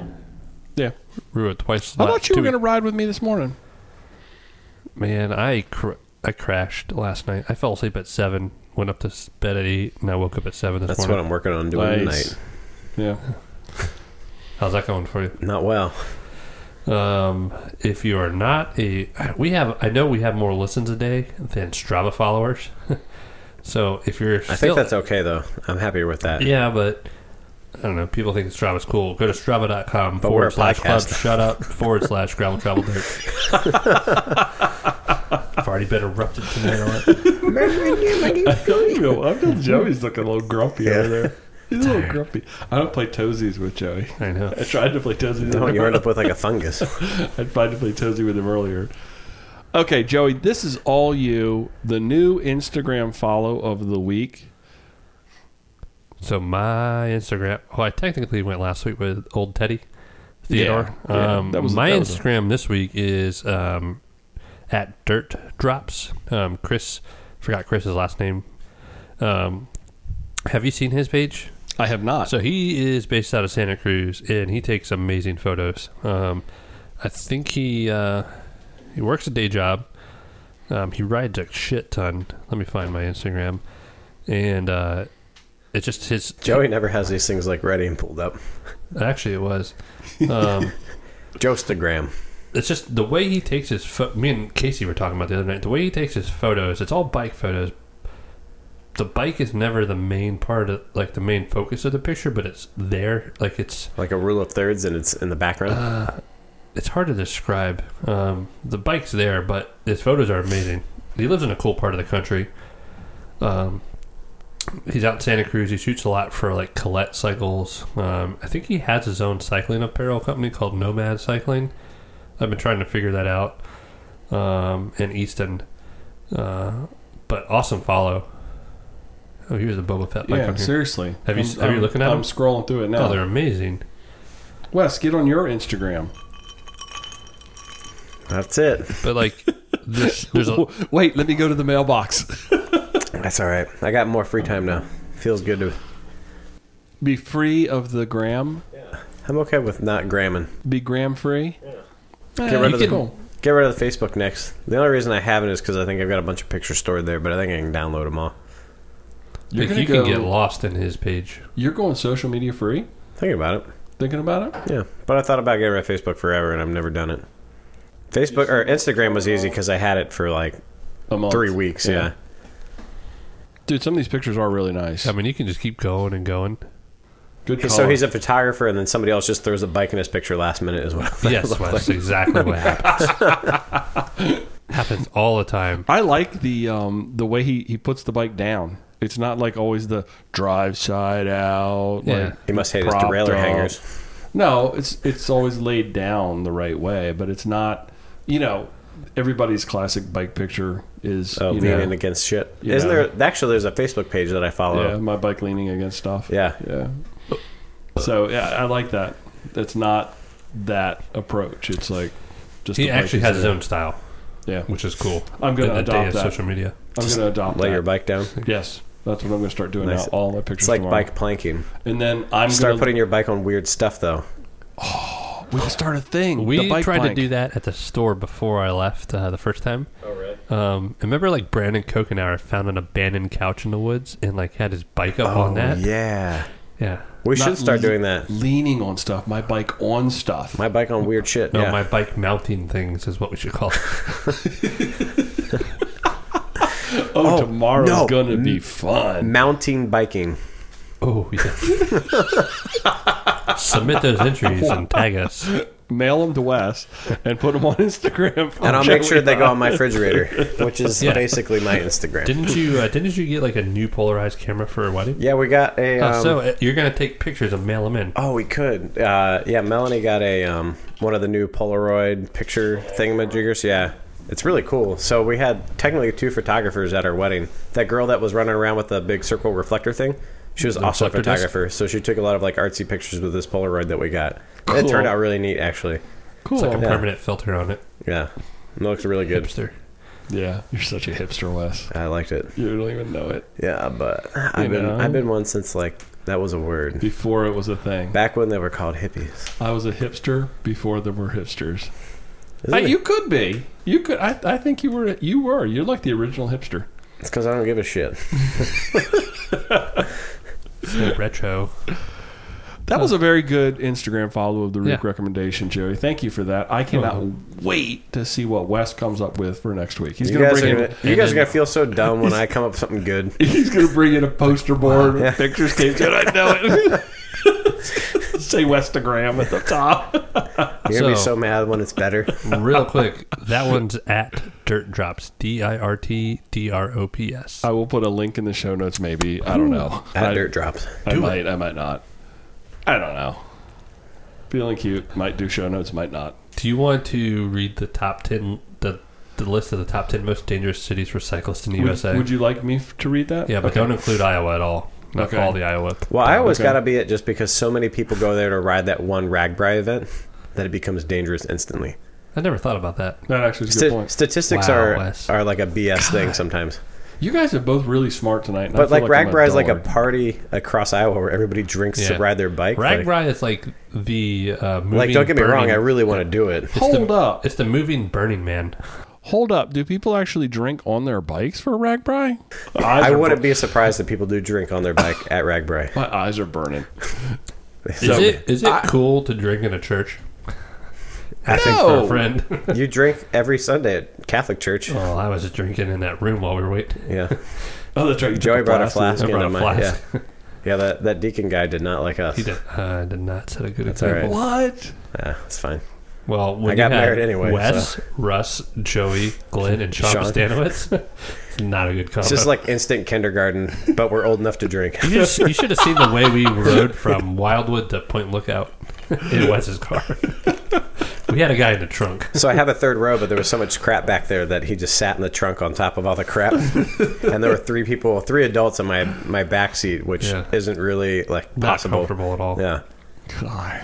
Yeah.
We rode twice.
I
la-
thought you
two
were
weeks-
going to ride with me this morning.
Man, I cr- I crashed last night. I fell asleep at seven, went up to s- bed at eight, and I woke up at seven this
That's what
morning.
I'm working on doing
Nice.
tonight.
Yeah.
How's that going for you?
Not well.
Um, if you are not a, we have I know we have more listens a day than Strava followers. so if you're,
I think that's okay though. I'm happier with that.
yeah, but. I don't know. People think Strava's cool. Go to strava.com
But we're
forward
a
slash club
podcast.
shut up forward slash gravel travel dirt. I've already been erupted tonight.
I feel Joey's looking a little grumpy
Yeah.
over there. He's a little grumpy. I don't play toesies with Joey.
I know.
I tried to play toesies.
No,
with
Oh, you
him.
end up with like a fungus.
I tried to play toesy with him earlier. Okay, Joey, this is all you. The new Instagram follow of the week.
So my Instagram. Well, I technically went last week with old Teddy Theodore.
Yeah, yeah,
um,
that was-
my
that was a-
Instagram this week is um, at Dirt Drops. Um, Chris forgot Chris's last name. Um, have you seen his page?
I have not.
So he is based out of Santa Cruz, and he takes amazing photos. Um, I think he uh, he works a day job. Um, he rides a shit ton. Let me find my Instagram, and uh, it's just his
Joey never has these things like ready and pulled up.
Actually, it was. Um,
Jostagram.
it's just the way he takes his. Fo- me and Casey were talking about the other night. The way he takes his photos, it's all bike photos. The bike is never the main part of, like the main focus of the picture, but it's there. Like it's
Like a rule of thirds and it's in the background.
it's hard to describe. Um, the bike's there, but his photos are amazing. He lives in a cool part of the country. Um, he's out in Santa Cruz. He shoots a lot for like Colette Cycles. Um, I think he has his own cycling apparel company called Nomad Cycling. I've been trying to figure that out. Um, in Easton, uh, but awesome follow. Oh, he was a Boba Fett. bike
yeah,
on here.
seriously.
Have you-
I'm-
are you
I'm-
looking at
I'm
him?
scrolling through it
Oh,
now.
they're amazing.
Wes, get on your Instagram.
That's it.
But like, this, there's a
Wait, let me go to the mailbox.
That's all right. I got more free time now. Feels good to.
Be free of the gram.
I'm okay with not gramming.
Be gram free.
Get rid
you
of the
can- cool.
get rid of the Facebook next. The only reason I haven't is because I think I've got a bunch of pictures stored there, but I think I can download them all.
You're
Like,
gonna
you can
go-
get lost in his page.
You're going social media free?
Thinking about it.
Thinking about it?
Yeah, but I thought about getting rid of Facebook forever, and I've never done it. Facebook or Instagram was easy because I had it for like
A month.
three weeks. Yeah,
Dude, some of these pictures are really nice.
I mean, you can just keep going and going.
Good
so
color.
he's a photographer, and then somebody else just throws a bike in his picture last minute as well.
Yes, that's exactly what happens. happens all the time.
I like the um, the way he, he puts the bike down. It's not like always the drive side out.
Yeah.
like,
He must hate his
propped
derailleur
up.
hangers.
No, it's it's always laid down the right way, but it's not. You know, everybody's classic bike picture is
Oh,
you know,
leaning against shit.
You
Isn't
know.
there? Actually, there's a Facebook page that I
yeah,
follow.
my bike leaning against stuff.
Yeah.
yeah. So yeah, I like that. It's not that approach. It's like just
He
the bike
actually
is
has his
there.
own style,
Yeah,
which is cool.
I'm gonna
In the day
adopt
of
that.
social media.
I'm going to adopt
Lay
that.
your bike down.
Yes, that's what I'm going to start doing
Nice.
now. All my pictures.
It's like
tomorrow.
bike planking.
and then I'm
Start
going
putting your bike on weird stuff though.
We can start a thing.
We
the bike
tried
plank.
to do that at the store before I left uh, the first time.
Oh really?
Um, I remember like Brandon Kokenauer found an abandoned couch in the woods and like had his bike up
Oh
on that.
yeah.
Yeah.
We
Not
should start
le-
doing that.
Leaning on stuff. My bike on stuff.
My bike on weird shit.
No,
yeah.
Oh, my bike mounting things is what we should call it.
oh,
Oh,
tomorrow's
no.
going to be fun.
mountain biking.
Oh, yeah. Submit those entries and tag us.
Mail them to Wes and put them on Instagram.
And I'll make sure they go on my refrigerator, which is
Yeah.
basically my Instagram.
Didn't you? Uh, didn't you get like a new polarized camera for a wedding?
yeah, we got a.
Oh,
Um,
so uh, you're gonna take pictures and mail them in.
oh, we could. Uh, yeah, Melanie got a um, one of the new Polaroid picture thingamajiggers. Yeah, it's really cool. So we had technically two photographers at our wedding. That girl that was running around with the big circle reflector thing, she was also a
reflector disc?
photographer. So she took a lot of like artsy pictures with this Polaroid that we got. It
Cool.
turned out really neat, actually.
Cool.
It's like a
Oh, Yeah.
permanent filter on it.
Yeah, it looks really good.
Hipster.
yeah, you're such a hipster, Wes.
I liked it.
You don't even know it.
Yeah, but I've been
know?
I've been one since like that was a word.
Before it was a thing,
Back when they were called hippies.
I was a hipster before there were hipsters.
Isn't
Hey,
it?
you could be. You could. I, I think you were. You were. You're like the original hipster.
It's because I don't give a shit.
So retro.
That was a very good Instagram follow of the Rook
Yeah.
recommendation, Joey. Thank you for that. I cannot
Oh.
wait to see what Wes comes up with for next week. He's
You
going to
guys,
bring
are
in.
gonna, you guys are gonna feel so dumb when I come up with something good.
He's going to bring in a poster board with
Yeah.
pictures. Games, and I know it. Say Westagram at the top.
You're gonna be
So-
so mad when it's better.
Real quick, that one's at Dirt Drops. D I R T D R O P S.
Oh.
I will put a link in the show notes. Maybe I don't know.
At
I,
dirt drops.
I might. I might not. I don't know. Feeling cute. Might do show notes. Might not.
Do you want to read the top ten? The the list of the top ten most dangerous cities for cyclists in the
Would,
USA.
would you like me f- to read that?
yeah, but
Okay.
don't include Iowa at all. Not
Okay.
All the Iowa.
Well, I always
Okay.
gotta be it just because so many people go there to ride that one ragbri event that it becomes dangerous instantly.
I never thought about that.
That actually is a good
Sta-
point.
statistics
Wow,
are
Wes.
are like a BS thing sometimes.
You guys are both really smart tonight. and I
But
feel
like,
I'm
ragbri is like a
dullard.
party across Iowa where everybody drinks
Yeah.
to ride their bike.
Rag
like,
Ride is like the uh, moving.
like, don't get me wrong,
burning-
I really want to do it.
It's the-
Hold up.
It's the moving Burning Man.
Hold up. Do people actually drink on their bikes for ragbri?
I wouldn't be surprised that people do drink on their bike at ragbri.
My eyes are burning.
Is it is it cool to drink in a church? I think for
No.
a friend.
You drink every Sunday at Catholic church.
well, I was drinking in that room while we were waiting.
Yeah.
Oh, that's right. You
Joey
took
brought a
of
flask
I
this.
brought
into
a
my
flask.
yeah. Yeah, that, that deacon guy did not like us.
He did, uh, did not set a good
That's
example.
all right.
What?
Yeah, it's fine.
Well, when
I got
you had
married anyway,
Wes, Russ, Joey, Glenn, and Sean,
Sean.
Stanowitz. it's not a good combo.
It's just like instant kindergarten, but we're old enough to drink.
you, just- you should have seen the way we rode from Wildwood to Point Lookout in Wes's car. we had a guy in the trunk.
So I have a third row, but there was so much crap back there that he just sat in the trunk on top of all the crap. and there were three people, three adults in my my back seat, which
Yeah.
isn't really like
Not
possible.
comfortable at all.
Yeah.
God.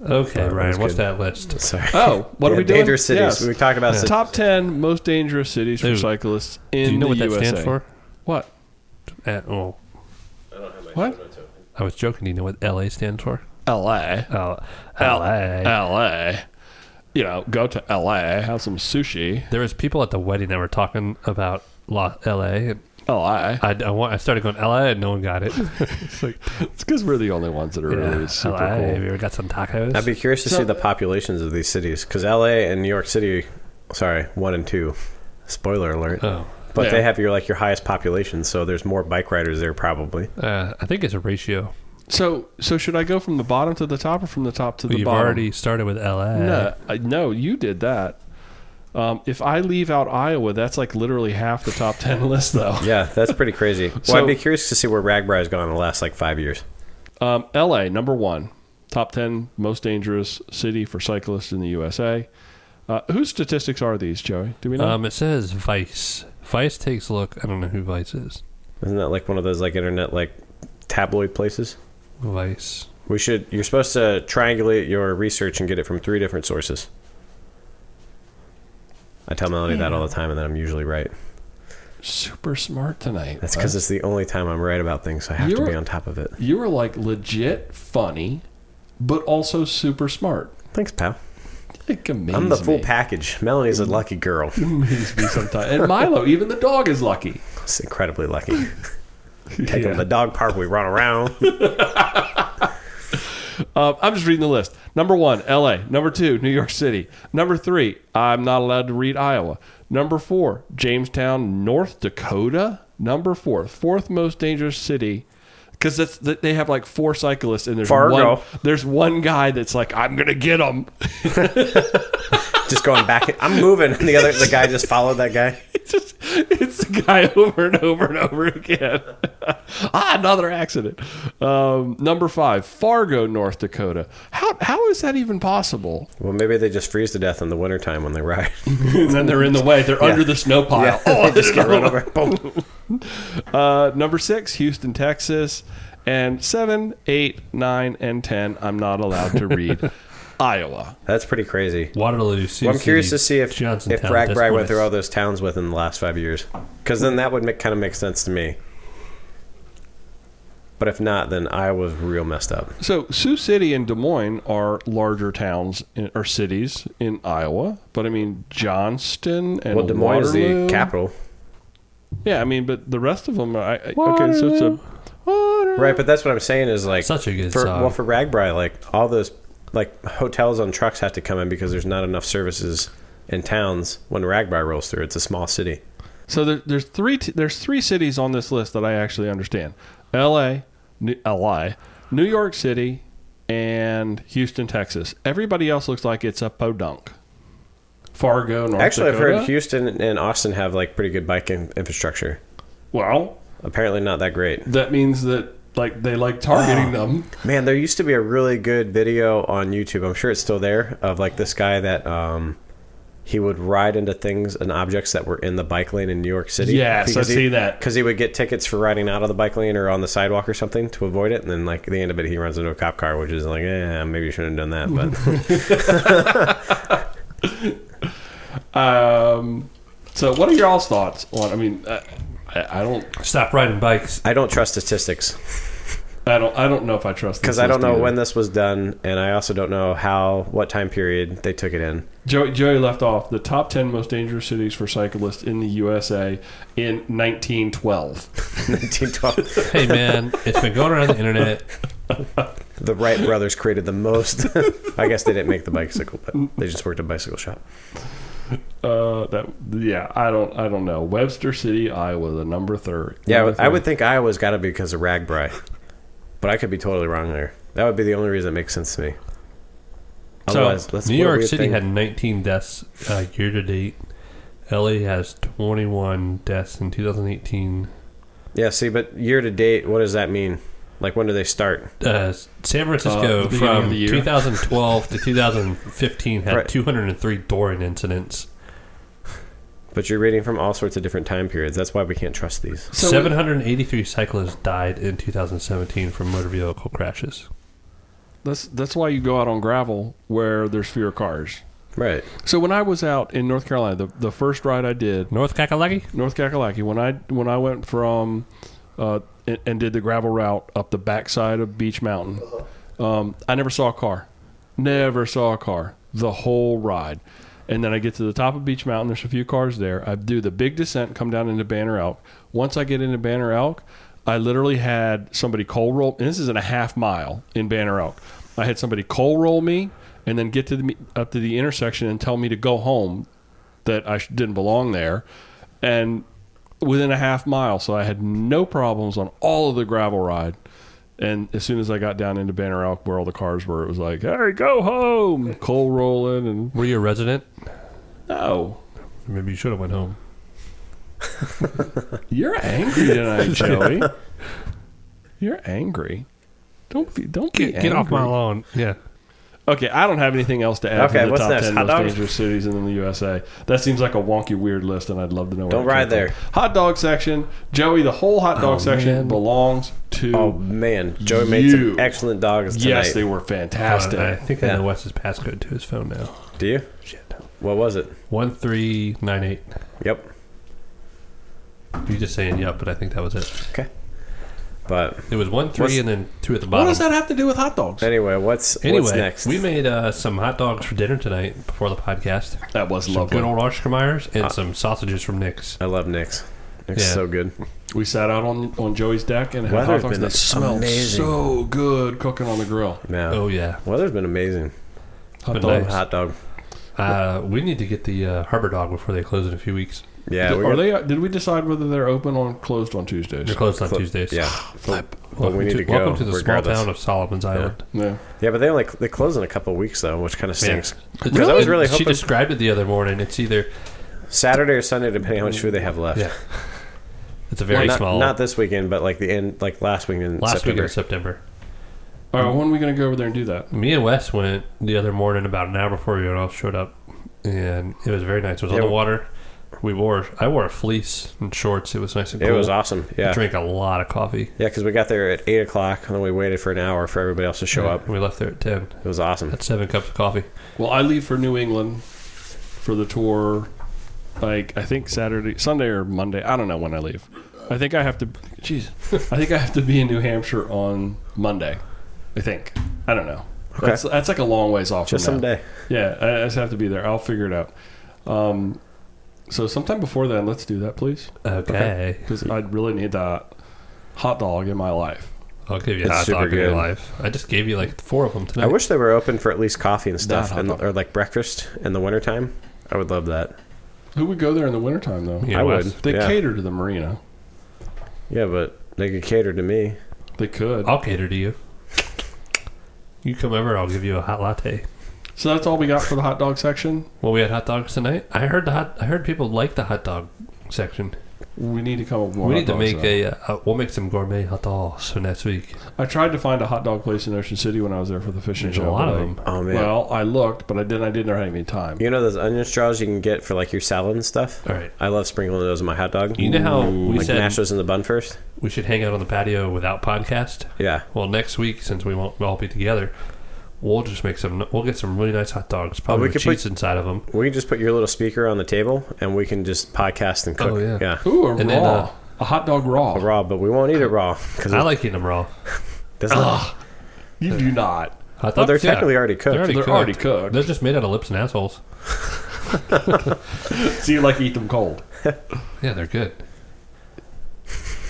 Okay,
That
Ryan,
was
what's
good.
that list?
Sorry.
Oh, what
Yeah,
are we doing?
dangerous cities.
Yes.
We talked about cit-
Top 10 most dangerous cities for
Dude,
cyclists in
Do you know
the
what that
USA.
stands for?
What?
Uh, oh,
What?
I was joking. Do you know what LA stands for?
L.A.
Oh,
L.A. You know, go to L.A., have some sushi.
There was people at the wedding that were talking about La- LA, and
Oh, I.
I, I, want, I started going LA and no one got it. it's like,
It's because we're the only ones that are
yeah,
really super
LA, have
cool.
you ever got some tacos?
I'd be curious to see the populations of these cities because L.A. and New York City, sorry, one and two. Spoiler alert.
oh.
But
Yeah.
they have your like your highest population, so there's more bike riders there probably.
Uh, I think it's a ratio.
So, so should I go from the bottom to the top or from the top to the
You've
bottom?
already started with LA.
No, I, no, you did that. Um, if I leave out Iowa, that's like literally half the top ten list, though.
Yeah, that's pretty crazy. Well,
So-
I'd be curious to see where Ragbri has gone in the last like five years.
Um, L.A. number one, top ten most dangerous city for cyclists in the USA. Uh, whose statistics are these, Joey? Do we know?
Um, it says Vice. Vice takes a look. I don't know who Vice is.
Isn't that like one of those like internet like tabloid places?
Vice.
We should. You're supposed to triangulate your research and get it from three different sources. I tell Melody that all the time, and then I'm usually right.
Super smart tonight.
That's because it's the only time I'm right about things. So I have
You're-
to be on top of it.
you were like legit funny, but also super smart.
Thanks, pal.
It amazes
I'm the full
me.
package. Melody's a lucky girl.
Amazes me sometimes. And Milo, even the dog is lucky.
It's incredibly lucky. Take
Yeah.
him to the dog park. We run around.
Uh, I'm just reading the list. Number one, L.A. Number two, New York City. Number three, I'm not allowed to read Iowa. Number four, Jamestown, North Dakota. Number four, fourth most dangerous city, because that's that they have like four cyclists and there's
Fargo.
one. There's one guy that's like, I'm gonna get him.
just going back. I'm moving. And the other the guy just followed that guy.
It's just it's the guy over and over and over again. ah, another accident. Um, number five, Fargo, North Dakota. How how is that even possible?
Well, maybe they just freeze to death in the wintertime when they ride.
and then they're in the way. They're under the snow pile. Oh,
they just get run over. Boom.
Uh, number six, Houston, Texas, and seven, eight, nine, and ten. I'm not allowed to read Iowa.
That's pretty crazy.
Waterloo. Sioux
Well, I'm curious
City,
to see if
Johnstown,
if Bragg
Des
Bry went
Moines.
through all those towns within the last five years, because then that would make, kind of make sense to me. But if not, then Iowa's real messed up.
So Sioux City and Des Moines are larger towns in, or cities in Iowa, but I mean Johnston and
well, Des Moines is the
Waterloo-
capital,
Yeah, I mean, but the rest of them. Are, I, I- okay, so it's a.
right? But that's what I'm saying is like
Such a good
for,
song.
Well, for Bragg Bry, like all those like hotels on trucks have to come in because there's not enough services in towns when Ragbri rolls through. It's a small city.
So there, there's three t- there's three cities on this list that I actually understand: L.A., New, L.I., New York City, and Houston, Texas. Everybody else looks like it's a podunk. Fargo, North
Actually, I've
Dakota.
heard Houston and Austin have like pretty good bike in- infrastructure.
Well,
Apparently, not that great.
that means that like they like targeting them.
Man, there used to be a really good video on YouTube. I'm sure it's still there of like this guy that um he would ride into things and objects that were in the bike lane in New York City.
Yes, I've
Because he-
seen that.
Because he would get tickets for riding out of the bike lane or on the sidewalk or something to avoid it, and then like at the end of it, he runs into a cop car, which is like, eh, maybe you shouldn't have done that. But
Um, so, what are y'all's thoughts on? I mean, uh, I, I don't,
Stop riding bikes.
I don't trust statistics
I don't, I don't know if I trust this
because I don't
list
know
either.
when this was done, and I also don't know how, what time period they took it in.
Joey, Joey left off the top 10 most dangerous cities for cyclists in the USA in 1912.
1912.
Hey man, it's been going around the internet.
the Wright brothers created the most. I guess they didn't make the bicycle, but they just worked at a bicycle shop.
Uh, that yeah, I don't I don't know. Webster City, Iowa, the number third.
Yeah, I
number
would- I
three.
would think Iowa's got to be because of Ragbri, but I could be totally wrong there. That would be the only reason it makes sense to me.
So,
let's-
New
what a
York
weird
City
thing.
had 19 deaths uh, year to date. LA has 21 deaths in 2018.
yeah. See, but year to date, what does that mean? Like, when do they start?
Uh, San Francisco
Uh, the beginning of
from
the year.
2012 to 2015 had
Right.
203 Doran incidents,
But you're reading from all sorts of different time periods. That's why we can't trust these.
So-
783 cyclists died in 2017 from motor vehicle crashes.
That's that's why you go out on gravel where there's fewer cars.
Right.
So when I was out in North Carolina, the, the first ride I did,
North Kakalaki?
North Kakalaki, when I when I went from uh, and, and did the gravel route up the backside of Beach Mountain, um, I never saw a car. Never saw a car the whole ride. And then I get to the top of Beach Mountain. There's a few cars there. I do the big descent, come down into Banner Elk. Once I get into Banner Elk, I literally had somebody cold roll. And this isn't a half mile in Banner Elk. I had somebody cold roll me and then get to the up to the intersection and tell me to go home that I sh- didn't belong there, and within a half mile. So I had no problems on all of the gravel ride. And as soon as I got down into Banner Elk, where all the cars were, it was like, "Hey, go home!" Coal rolling and
Were you a resident?
no,
Maybe you should have went home.
you're angry tonight, Joey. You're angry. Don't be. Don't be.
Get, get off my
angry.
lawn. Yeah.
Okay, I don't have anything else to add.
Okay,
from the
what's
top
next?
10
Hot
most
dogs?
dangerous cities in the USA. That seems like a wonky, weird list, and I'd love to know. Where
Don't
it came
ride
from.
there.
Hot dog section, Joey. The whole hot dog
Oh,
section
man.
belongs to.
Oh man, Joey made
You.
some excellent dogs tonight.
yes, they were
Uh,
fantastic.
I think I
Yeah.
know Wes's passcode to his phone now.
Do you?
Shit.
What was it?
1398.
Yep.
You're just saying yep, but I think that was it.
Okay. But
It was one three
What's-
and then two at the
what
bottom.
does that have to do with hot dogs?
anyway, what's
Anyway,
what's next?
we made uh, some hot dogs for dinner tonight before the podcast.
That was
Some
lovely.
good old Oshkermeyer's
Uh,
and some sausages from Nick's.
I love Nick's. Nick's
Yeah.
so good.
We sat out on, on Joey's deck and had hot
Weather's
dogs.
been
They smelled
amazing.
so good cooking on the grill.
Man,
Oh yeah,
weather's been amazing.
Hot
But
dogs.
Love
Nice.
hot dog.
uh, we need to get the uh, Harbor Dog before they close in a few weeks.
Yeah,
Are they? Did we decide whether they're open or closed on Tuesdays?
They're closed on
Clo-
Tuesdays.
Yeah, but
welcome
we need
to,
to go.
welcome to the
regardless.
small town of Solomon's Island.
Yeah.
Yeah, but they only they close in a couple weeks though, which kind of
Man.
stinks. Because I was really
she
hoping
described it the other morning. It's either
Saturday or Sunday, depending how much food they have left.
yeah, it's a
Well,
very
not,
small.
Not this weekend, but like the end, like last weekend. In
last week
September.
in September,
All right. When are we going to go over there and do that?
me and Wes went the other morning about an hour before we all showed up, and it was very nice. It was
Yeah.
on the water. We wore I wore a fleece and shorts. It was nice and
It
cool.
was awesome.
I
Yeah,
drank a lot of coffee.
yeah, because we got there at eight o'clock, and then we waited for an hour for everybody else to show up.
We left there at ten.
It was awesome.
That's seven cups of coffee.
Well, I leave for New England for the tour. Like I think Saturday, Sunday, or Monday. I don't know when I leave. I think I have to. Jeez, I think I have to be in New Hampshire on Monday. I think. I don't know. That's that's like a long ways off.
Just
from now.
someday.
Yeah, I I just have to be there. I'll figure it out. Um, so sometime before then, let's do that, please,
Okay,
because I'd really need that hot dog in my life.
I'll give you a
It's
hot
super
dog in your
good.
life. I just gave you like four of them tonight.
I wish they were open for at least coffee and stuff,
hot
and,
dog.
or like breakfast in the wintertime. I would love that.
Who would go there in the wintertime though?
Yeah,
I
Wes.
would.
They
yeah.
cater to the marina.
Yeah, but they could cater to me.
They could.
I'll cater to you. You come over, I'll give you a hot latte.
So that's all we got for the hot dog section.
Well, we had hot dogs tonight. I heard the hot, I heard people like the hot dog section.
We need to come up with more.
we
hot
need to
dogs,
make
though.
a, uh, we'll make some gourmet hot dogs for next week.
I tried to find a hot dog place in Ocean City when I was there for the fishing
There's
show.
a lot of
but I-
them.
Oh man,
Well, I looked, but I didn't. I didn't have any time.
you know those onion straws you can get for like your salad and stuff.
All right.
I love sprinkling those in my hot dog.
You know how we
like
said
mash those in the bun first.
we should hang out on the patio without podcast.
Yeah,
Well, next week since we won't all be together, we'll just make some. We'll get some really nice hot dogs, probably
we
with
could put-
cheese inside of them.
we can just put your little speaker on the table, and we can just podcast and cook.
Oh, yeah.
Ooh, a raw,
And then, uh,
a hot dog raw.
raw, but we won't eat it raw because
I like eating them raw.
You do not.
Hot dogs,
Well, they're
yeah.
technically already cooked.
They're already
They're
cooked.
already cooked.
They're just made out of lips and assholes.
So you like to eat them cold.
Yeah, they're good.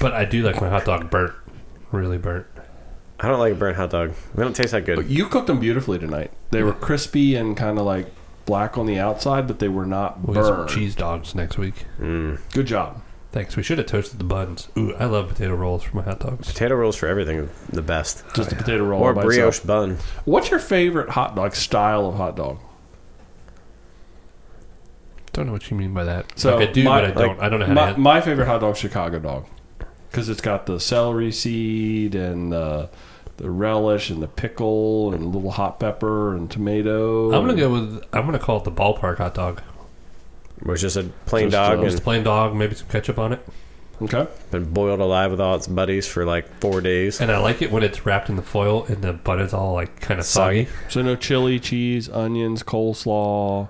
But I do like my hot dog burnt, really burnt.
I don't like a burnt hot dog. They don't taste that
But
good.
you cooked them beautifully tonight. They were crispy and kind of like black on the outside, but they were not
We'll get some
burned.
cheese dogs next week.
Good job.
Thanks. We should have toasted the buns. Ooh, I love potato rolls for my hot dogs.
Potato rolls for everything, the best.
Just a potato roll
or
by
brioche
itself.
bun.
What's your favorite hot dog style of hot dog?
Don't know what you mean by that.
So
like I do,
my-
but I don't.
like,
I don't know how
my,
to.
my favorite hot dog Chicago dog because it's got the celery seed and the, the relish and the pickle and a little hot pepper and tomato.
I'm gonna go with. I'm gonna call it the ballpark hot dog.
Or just a plain
Just,
dog
uh,
Just a plain dog, maybe some ketchup on it,
Okay.
and been boiled alive with all its buddies for like four days.
and I like it when it's wrapped in the foil and the bun is all like kind of soggy.
Soggy.
So no chili, cheese, onions, coleslaw,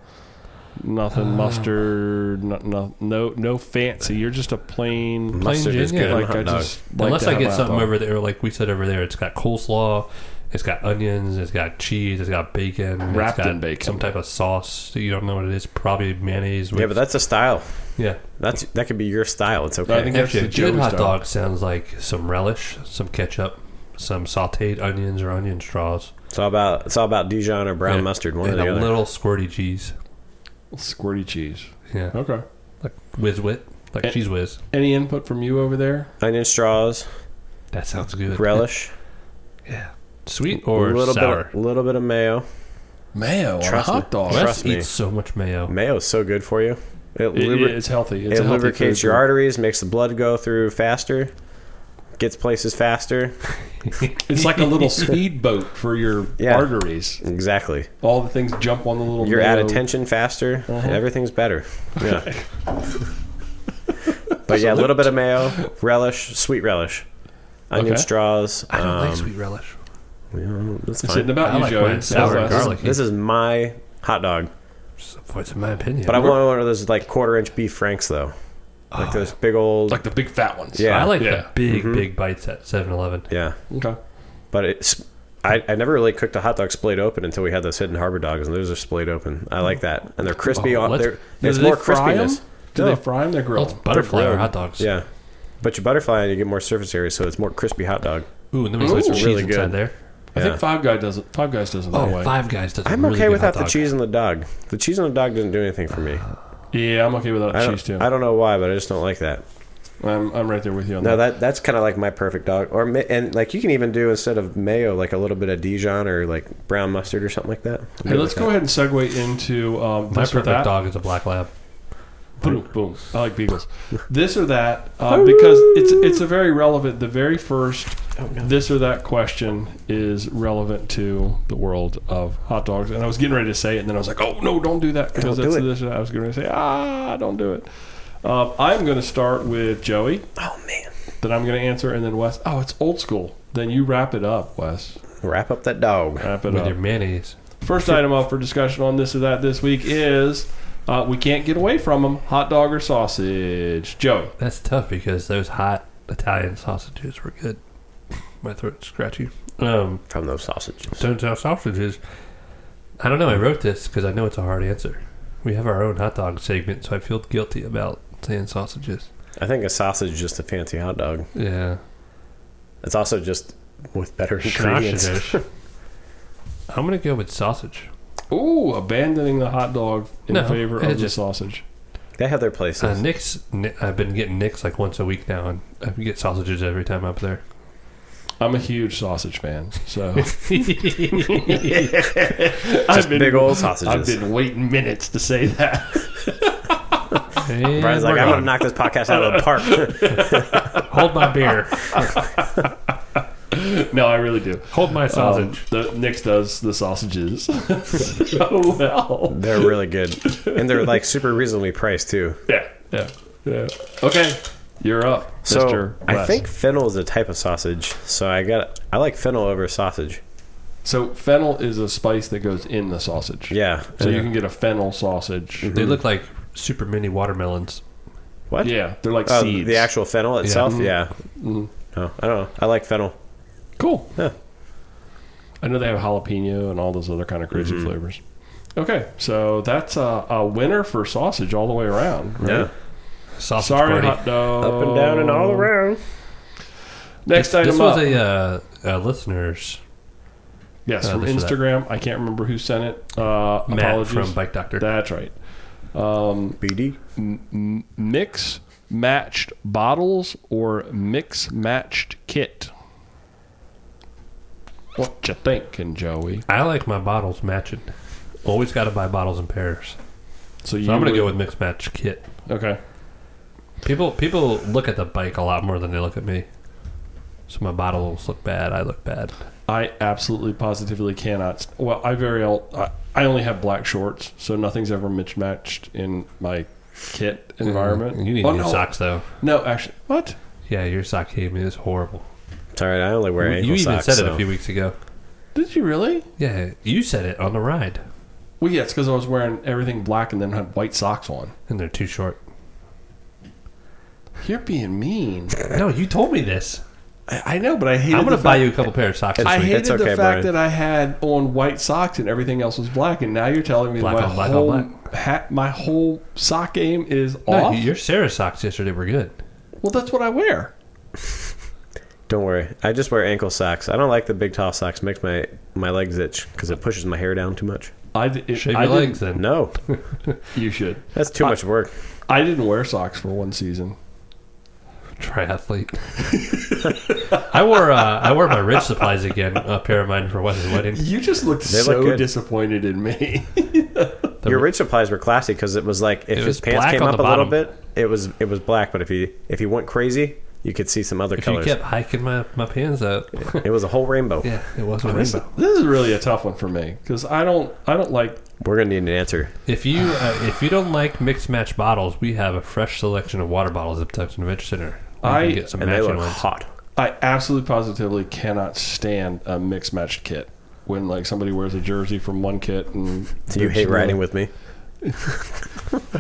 nothing
Uh,
mustard, no, no no no fancy. You're just a plain
Plain
Mustard is
gin,
good
yeah.
on a
like
hot
I
dog.
just like
Unless
to
I
have
get
a hot
something
dog.
over there, like we said over there, it's got coleslaw It's got onions. It's got cheese. It's got bacon. it's
Wrapped
got
in bacon.
Some type of sauce. that You don't know what it is. Probably mayonnaise. With,
Yeah, but that's a style.
yeah.
That's that could be your style. It's okay.
I think that's
Actually, a
the
good
Joey
hot
style.
dog sounds like some relish, some ketchup, some sautéed onions or onion straws,
it's all about it's all about Dijon or brown
Yeah.
mustard. One or
and
the
a
other.
little squirty cheese.
Squirty cheese.
Yeah,
Okay.
like whiz wit, like
And-
cheese whiz.
Any input from you over there?
Onion straws,
That sounds good.
relish,
Yeah. Sweet or
a little
sour?
bit, a little bit of mayo.
Mayo
Trust
on a
me.
hot dog.
Trust-
Wes
me.
eats so much mayo.
Mayo's so good for you. It,
It- it-
lubri-
it's healthy. It's
it
a healthy
lubricates
food
your
group.
arteries, makes the blood go through faster, gets places faster.
It's like a little speedboat for your
Yeah.
arteries.
Exactly.
All the things jump on the little.
You're out
mayo.
at attention faster.
Uh-huh.
Everything's better. Yeah. but yeah, a little bit of mayo, relish, sweet relish, onion
Okay.
straws.
I don't like
um,
sweet relish.
yeah, that's
It's
fine.
Sitting about
I
you,
like
Joey.
mine sour
Southwest.
and garlic.
This is my hot dog.
So, It's in my opinion.
But I want one of those like quarter inch beef franks though, like those big old.
Like the big fat ones.
Yeah. Mm-hmm.
I like
Yeah.
the big, big bites at 7-Eleven.
yeah,
Okay.
but it's. I, I never really cooked a hot dog splayed open until we had those Hidden Harbor dogs, and those are splayed open. I like that, and they're crispy.
Oh,
on,
let's-
they're,
Do
it's
they
more
fry 'em?
crispiness.
Do
No.
they fry them? They're
Well, Oh, it's
grilled.
butterfly
grilled.
or hot dogs.
Yeah, but you butterfly and you get more surface area, so it's more crispy hot dog.
Ooh, and then we put some
Ooh.
cheese
Really
inside
good.
there.
I
Yeah.
think Five Guy does it. Five Guys does it that
Oh,
way.
Five Guys does. a
I'm
really
okay
good
without
hot
the
dog.
cheese on the dog. The cheese on the dog doesn't do anything for me.
Yeah, I'm okay without
I
cheese too.
don't, I don't know why, but I just don't like that.
I'm, I'm right there with you on
No,
that.
that that's kind of like my perfect dog. Or ma- and like you can even do instead of mayo, like a little bit of Dijon or like brown mustard or something like that.
Hey, let's go ahead and segue into um,
My
this or
perfect
that.
dog is a black lab.
Boom, boom. I like beagles. This or that, uh, because it's it's a very relevant. The very first
Oh,
this or that question is relevant to the world of hot dogs. And I was getting ready to say it, and then I was like, oh no, don't do that because
Don't do
that's
it.
this or that. I was going to say, ah, don't do it. Um, I'm going to start with Joey.
Oh man,
Then I'm going to answer, and then Wes. Oh, it's old school. Then you wrap it up, Wes.
wrap up that dog.
Wrap it
With
up.
your mayonnaise.
First item up for discussion on this or that this week is uh, we can't get away from them hot dog or sausage. Joey.
That's tough because those hot Italian sausages were good. My throat's scratchy. Um,
From those sausages.
turns out sausages. I don't know. I wrote this because I know it's a hard answer. We have our own hot dog segment, so I feel guilty about saying sausages.
I think a sausage is just a fancy hot dog.
Yeah.
It's also just with better ingredients.
Sausages. I'm gonna go with sausage.
Ooh, abandoning the hot dog in
No,
favor
it
of
just-
the sausage.
They have their
Uh,
places.
Nick's. Ni- I've been getting Nick's like once a week now, and I get sausages every time up there.
I'm a huge sausage fan, so
just big old sausages.
I've been waiting minutes to say that.
And
Brian's like,
we're
I'm
on.
gonna knock this podcast out of the park.
hold my beer,
No, I really do.
hold my
Um,
sausage.
the Nick's does the sausages so well.
they're really good, and they're like super reasonably priced too.
Yeah, yeah, yeah. Okay, you're up,
So
Mister.
I think fennel is a type of sausage. So I got I like fennel over sausage.
So fennel is a spice that goes in the sausage.
Yeah.
So
Yeah.
you can get a fennel sausage.
They look like super mini watermelons.
what?
Yeah, they're like
Oh,
seeds.
the actual fennel itself.
Mhm.
Yeah.
Mhm.
No, I don't know. I like fennel.
cool.
Yeah.
I know they have jalapeno and all those other kind of crazy
Mm-hmm.
flavors. Okay, so that's a, a winner for sausage all the way around. right?
Yeah,
Sausage
Sorry,
party.
hot dog.
up and down and
Oh.
all around.
Next
this,
item
this
up.
was a, uh, a listener's
yes,
uh,
from
this is that.
Instagram. I can't remember who sent it. Uh,
Matt
apologies.
from Bike Doctor.
That's right.
BD.
M- mix matched bottles or mix matched kit. What you thinking, Joey?
I like my bottles matching. Always got to buy bottles in pairs.
So, you
So I'm gonna
would-
go with mixed match kit.
Okay.
People people look at the bike a lot more than they look at me. So my bottles look bad. I look bad.
I absolutely positively cannot. Well, I very el- I, I only have black shorts, so nothing's ever mismatched in my kit environment.
Mm, You need
Oh,
new
no.
socks though.
No, actually, what?
Yeah, your sock game is horrible.
It's all right. I only wear ankle
you even
socks.
said it
so-
a few weeks ago.
Did you really?
Yeah, you said it on the ride,
Well, yeah, it's because I was wearing everything black and then had white socks on.
and they're too short.
You're being mean.
No, you told me this.
I I know, but I hate.
I'm gonna buy you a couple pair of socks. This
I
week.
hated
It's
the
okay,
fact
Brian.
that I had on white socks and everything else was black, and now you're telling me
Black
my
on black on
whole
black.
ha- my whole sock game is
No,
off.
your Sarah socks yesterday were good.
well, that's what I wear.
Don't worry. I just wear ankle socks. I don't like the big tall socks. Makes my my legs itch because it pushes my hair down too much.
I d- it-
Shave
I
your
didn't-
legs then.
No,
You should.
that's too much work.
I didn't wear socks for one season.
Triathlete. I wore uh, I wore my rich supplies again, a pair of mine for Wes's wedding.
You just looked
They look
so
good.
disappointed in me.
The-
Your rich supplies were classy because it was like if
It
his
was
pants
black
came
on
up a
the
little
bottom.
bit, it was it was black. But if he if he went crazy, you could see some other
If you
colors.
kept hiking my, my pants up,
It was a whole rainbow.
yeah, it was a
this,
rainbow.
this is really a tough one for me because I don't I don't like
We're gonna need an answer.
If you uh, if you don't like mixed match bottles, we have a fresh selection of water bottles at the Tucson Adventure Center. You
I-
can get some
And they
matching
look
ones.
hot.
I absolutely positively cannot stand a mixed matched kit. When like somebody wears a jersey from one kit and
Do you hate riding with me?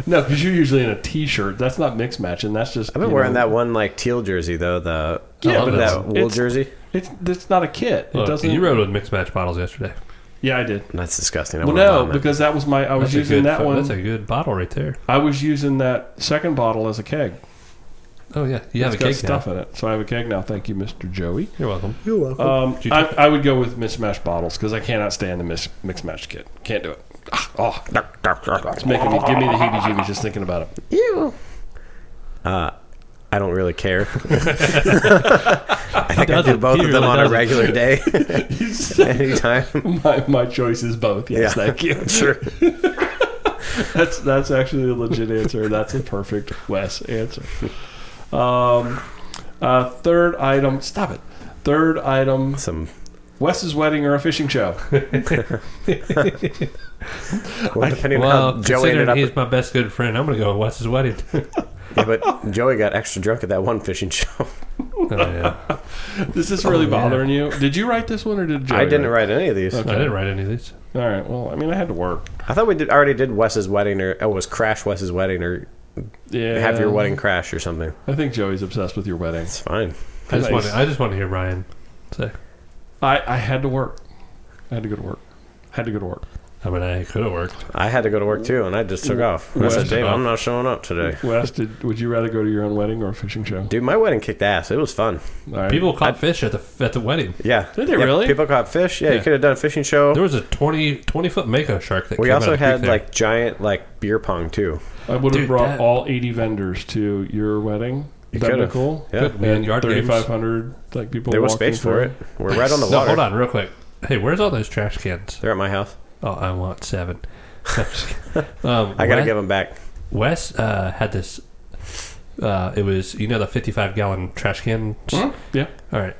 no because you're usually in a t-shirt that's not mixed matching that's just
I've been
you
wearing
know,
that one like teal jersey though. The
Yeah,
I love
that,
but
it's-
wool
it's-
jersey.
It's it's not a kit.
Look,
it doesn't.
You rode with mixed match bottles yesterday.
Yeah, I did.
That's disgusting. I
Well,
wanna
no,
vomit.
because that was my. I was
That's a
using
good
that
fu-
one.
That's a good bottle right there.
I was using that second bottle as a keg.
Oh yeah, you have
It's
a
got
cake
stuff in it, so I have a keg now. Thank you, Mr. Joey.
now. You're welcome. Uh,
Um,
Did you
I, I would go with mismatched bottles because I cannot stand the mis- mixed match kit. Can't do it. Ah, Oh, it's making me give me the heebie-jeebies just thinking about it.
I don't really care. I think I do
doesn't.
both
He
of them
really
on a
doesn't.
regular day,
You said
anytime.
my, my choice is both. Yes,
Yeah.
thank you.
Sure.
That's that's actually a legit answer. That's a perfect Wes answer. Um, uh, third item. Stop it. Third item.
Some.
Wes's wedding or a fishing show.
Well, depending on
Well,
how Joey ended
considering
up.
he's my best good friend, I'm gonna go with Wes's wedding. Oh,
Yeah, but Joey got extra drunk at that one fishing show.
oh, yeah.
Does this really
yeah.
bothering you? Did you write this one or did Joey
I didn't
it?
write any of these.
I didn't write any of these.
All right. Well, I mean, I had to work.
I thought we did already did Wes's wedding or oh, it was Crash Wes's wedding or
Yeah.
have your wedding crash or something.
I think Joey's obsessed with your wedding.
It's fine.
I just
Nice.
want I just want to hear Ryan say.
I, I had to work. I had to go to work. Had to go to work.
I mean, I could have worked.
I had to go to work too, and I just took off. I
Wes-
said, Dave, I'm not showing up today.
Wes, did, would you rather go to your own wedding or a fishing show?
Dude, my wedding kicked ass. It was fun.
All right.
People caught fish at the at the wedding.
Yeah.
Did they
Yeah,
really?
People caught fish. Yeah, you
Yeah.
could have done a fishing show.
There was a 20, 20 foot mako shark that
we
came
also
out of the creek
had
there.
like giant like beer pong too.
I would have
Dude,
brought
that-
all 80 vendors to your wedding.
You
That'd
could've.
be cool.
Yeah.
Good. We had
And
yard games.
3,500 like people.
There was
walking
space for
through.
it. We're right on the
No,
water.
hold on, real quick. Hey, where's all those trash cans?
They're at my house.
Oh, I want seven. um,
I gotta
Wes,
give them back.
Wes uh, had this. Uh, it was you know the fifty-five gallon trash can.
Yeah.
All right,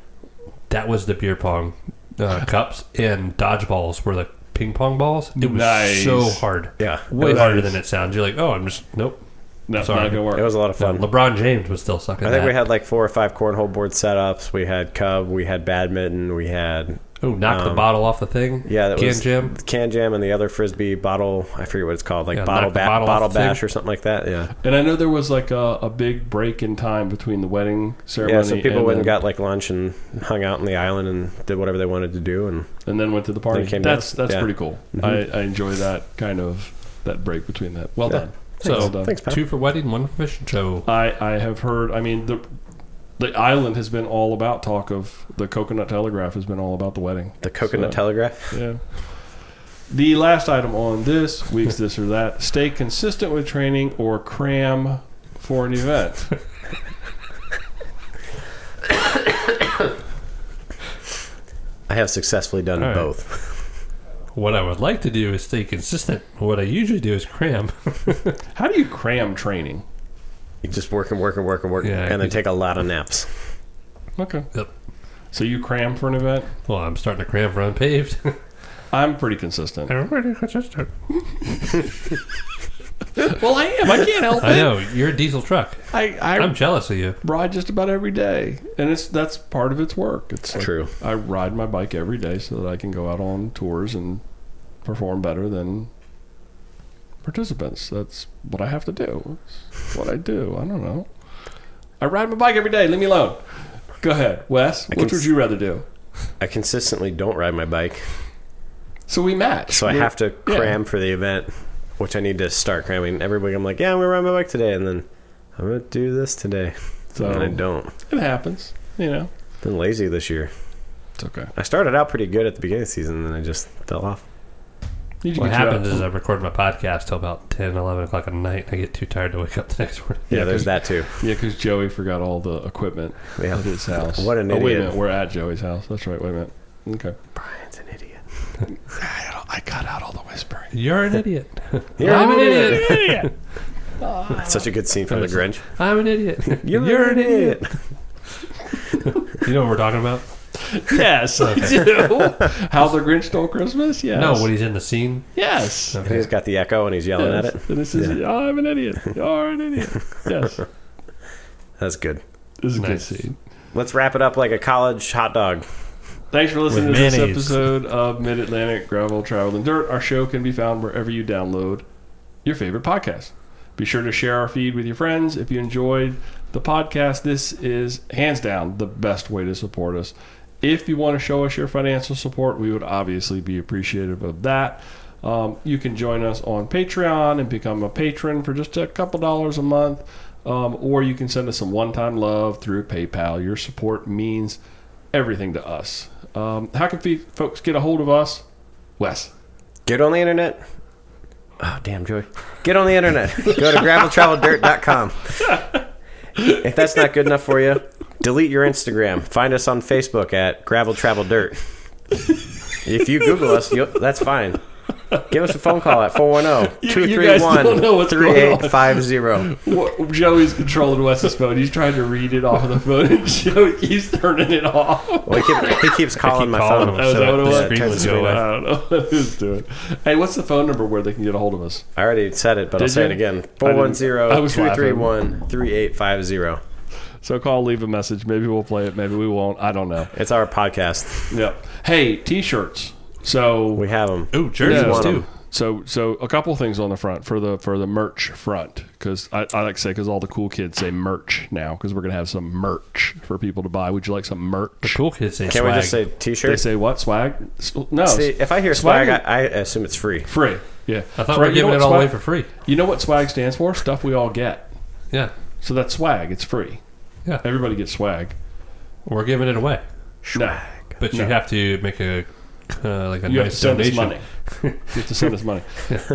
that was the beer pong uh, cups and dodgeballs were the ping pong balls. It was
Nice.
so hard.
Yeah.
way
Nice.
harder than it sounds. You're like, oh, I'm just nope.
That's
Sorry.
not gonna work.
It was a lot of
No,
fun.
LeBron James was still sucking.
I think
that.
we had like four or five cornhole board setups. We had cub. We had badminton. We had
oh, knock the
um,
bottle off the thing.
yeah, that
can
was
jam.
can jam, and the other frisbee bottle. I forget what it's called, like
Yeah,
bottle
knock the
ba-
bottle
bottle,
off the thing.
bash or something like that. Yeah,
And I know there was like a, a big break in time between the wedding ceremony.
yeah. So people
and
went
then,
and got like lunch and hung out on the island and did whatever they wanted to do. And
and then went to the party.
Then came
That's
down.
that's
Yeah. Mm-hmm.
pretty cool. I, I enjoy that kind of that break between that. Well
Yeah.
done.
So,
well done.
thanks, Pat.
Two for wedding, one for fishing show.
I I have heard. I mean the the island has been all about talk of the Coconut Telegraph has been all about the wedding.
the coconut
So-
telegraph.
Yeah. The last item on this week's this or that: stay consistent with training or cram for an event.
I have successfully done
All right.
both.
What I would like to do is stay consistent. What I usually do is cram.
How do you cram training?
You just work and work and work and work,
Yeah,
and then
you-
take a lot of naps.
Okay.
Yep.
So you cram for an event?
Well, I'm starting to cram for unpaved.
I'm pretty consistent.
Everybody consistent.
well, I am. I can't help
I know you're a diesel truck.
I, I
I'm jealous of you.
ride just about every day, and it's that's part of its work. It's like,
True.
I ride my bike every day so that I can go out on tours and perform better than participants. That's what I have to do. It's what I do. I don't know. I ride my bike every day. Leave me alone. Go ahead, Wes.
can
Which would
s-
you rather do?
I consistently don't ride my bike,
So we match.
so I
We're-
have to
yeah.
cram for the event, which I need to start cramming every week. I'm like, yeah, I'm gonna ride my bike today, and then I'm gonna do this today,
So-
and I don't.
It happens. You know,
been lazy this year.
it's okay.
I started out pretty good at the beginning of the season, and then I just fell off.
You
What
get your-
happens is I record my podcast till about 10, 11 o'clock at night. I get too tired to wake up the next morning.
Yeah,
Yeah,
there's
'cause-
that too.
Yeah, because Joey forgot all the equipment
Yeah.
at his house.
What an
oh, Wait a
idiot.
minute, we're at Joey's house. That's right. Wait a minute. Okay.
Brian's an idiot.
I, don't, I cut out all the whispering.
You're an idiot.
You're
I'm
an
an
idiot.
idiot.
That's such a good scene from The Grinch.
I'm an idiot.
You're, an idiot.
You know what we're talking about?
Yes, I do. How the Grinch Stole Christmas? Yes.
No, when he's in the scene.
Yes.
He's got the echo and he's yelling
yes.
at it.
And this is, I'm an idiot. You're an idiot. Yes. This
That's good.
is
Nice.
a good scene.
Let's wrap it up like a college hot dog.
Thanks for listening
With
to this
mayonnaise.
episode of Mid Atlantic Gravel Travel and Dirt. Our show can be found wherever you download your favorite podcast. Be sure to share our feed with your friends. If you enjoyed the podcast, this is hands down the best way to support us. If you want to show us your financial support, we would obviously be appreciative of that. Um, you can join us on Patreon and become a patron for just a couple dollars a month, um, or you can send us some one time love through PayPal. Your support means everything to us. Um, how can fe- folks get a hold of us? Wes.
Get on the internet. Oh, damn, Joey. Get on the internet. Go to graveltraveldirt.com. If that's not good enough for you, delete your Instagram. Find us on Facebook at Gravel Travel Dirt. If you Google us, you'll, that's fine. Give us a phone call at oh, 410
don't know what's going on.
231
Wh- Joey's controlling Wes's phone. He's trying to read it off of the phone, and Joey keeps turning it off.
Well, he, keep, he keeps calling my
calling
phone.
him,
Oh, is
so
that what it
the
was?
screen
turns
would go
the screen
away.
off.
I don't know what he's doing. Hey, what's the phone number where they can get a hold of us?
I already said it, but I'll
Did
say it
you?
again.
I was laughing.
410-231-3850.
So call, leave a message. Maybe we'll play it. Maybe we won't. I don't know.
It's our podcast.
Yep. Hey, t-shirts. So
We have them.
Ooh, jerseys
Yeah.
too.
So, so a couple things on the front for the for the merch front because I, I like to say because all the cool kids say merch now because we're gonna have some merch for people to buy. Would you like some merch?
Cool kids say
Can
swag.
we just say
They
t-shirt?
say what swag? S- No,
See, if I hear
Swag-
swag, I, I assume it's free.
free. Yeah,
uh, I thought
Free-
we were
you know
giving
what
it all
swag-
away for free.
You know what swag stands for? Stuff we all get.
Yeah.
So that's swag. It's free.
Yeah.
Everybody gets swag.
We're giving it away.
No,
But you
No.
have to make a uh, like a
you have to
nice
send us
donation
money. You have to send us money.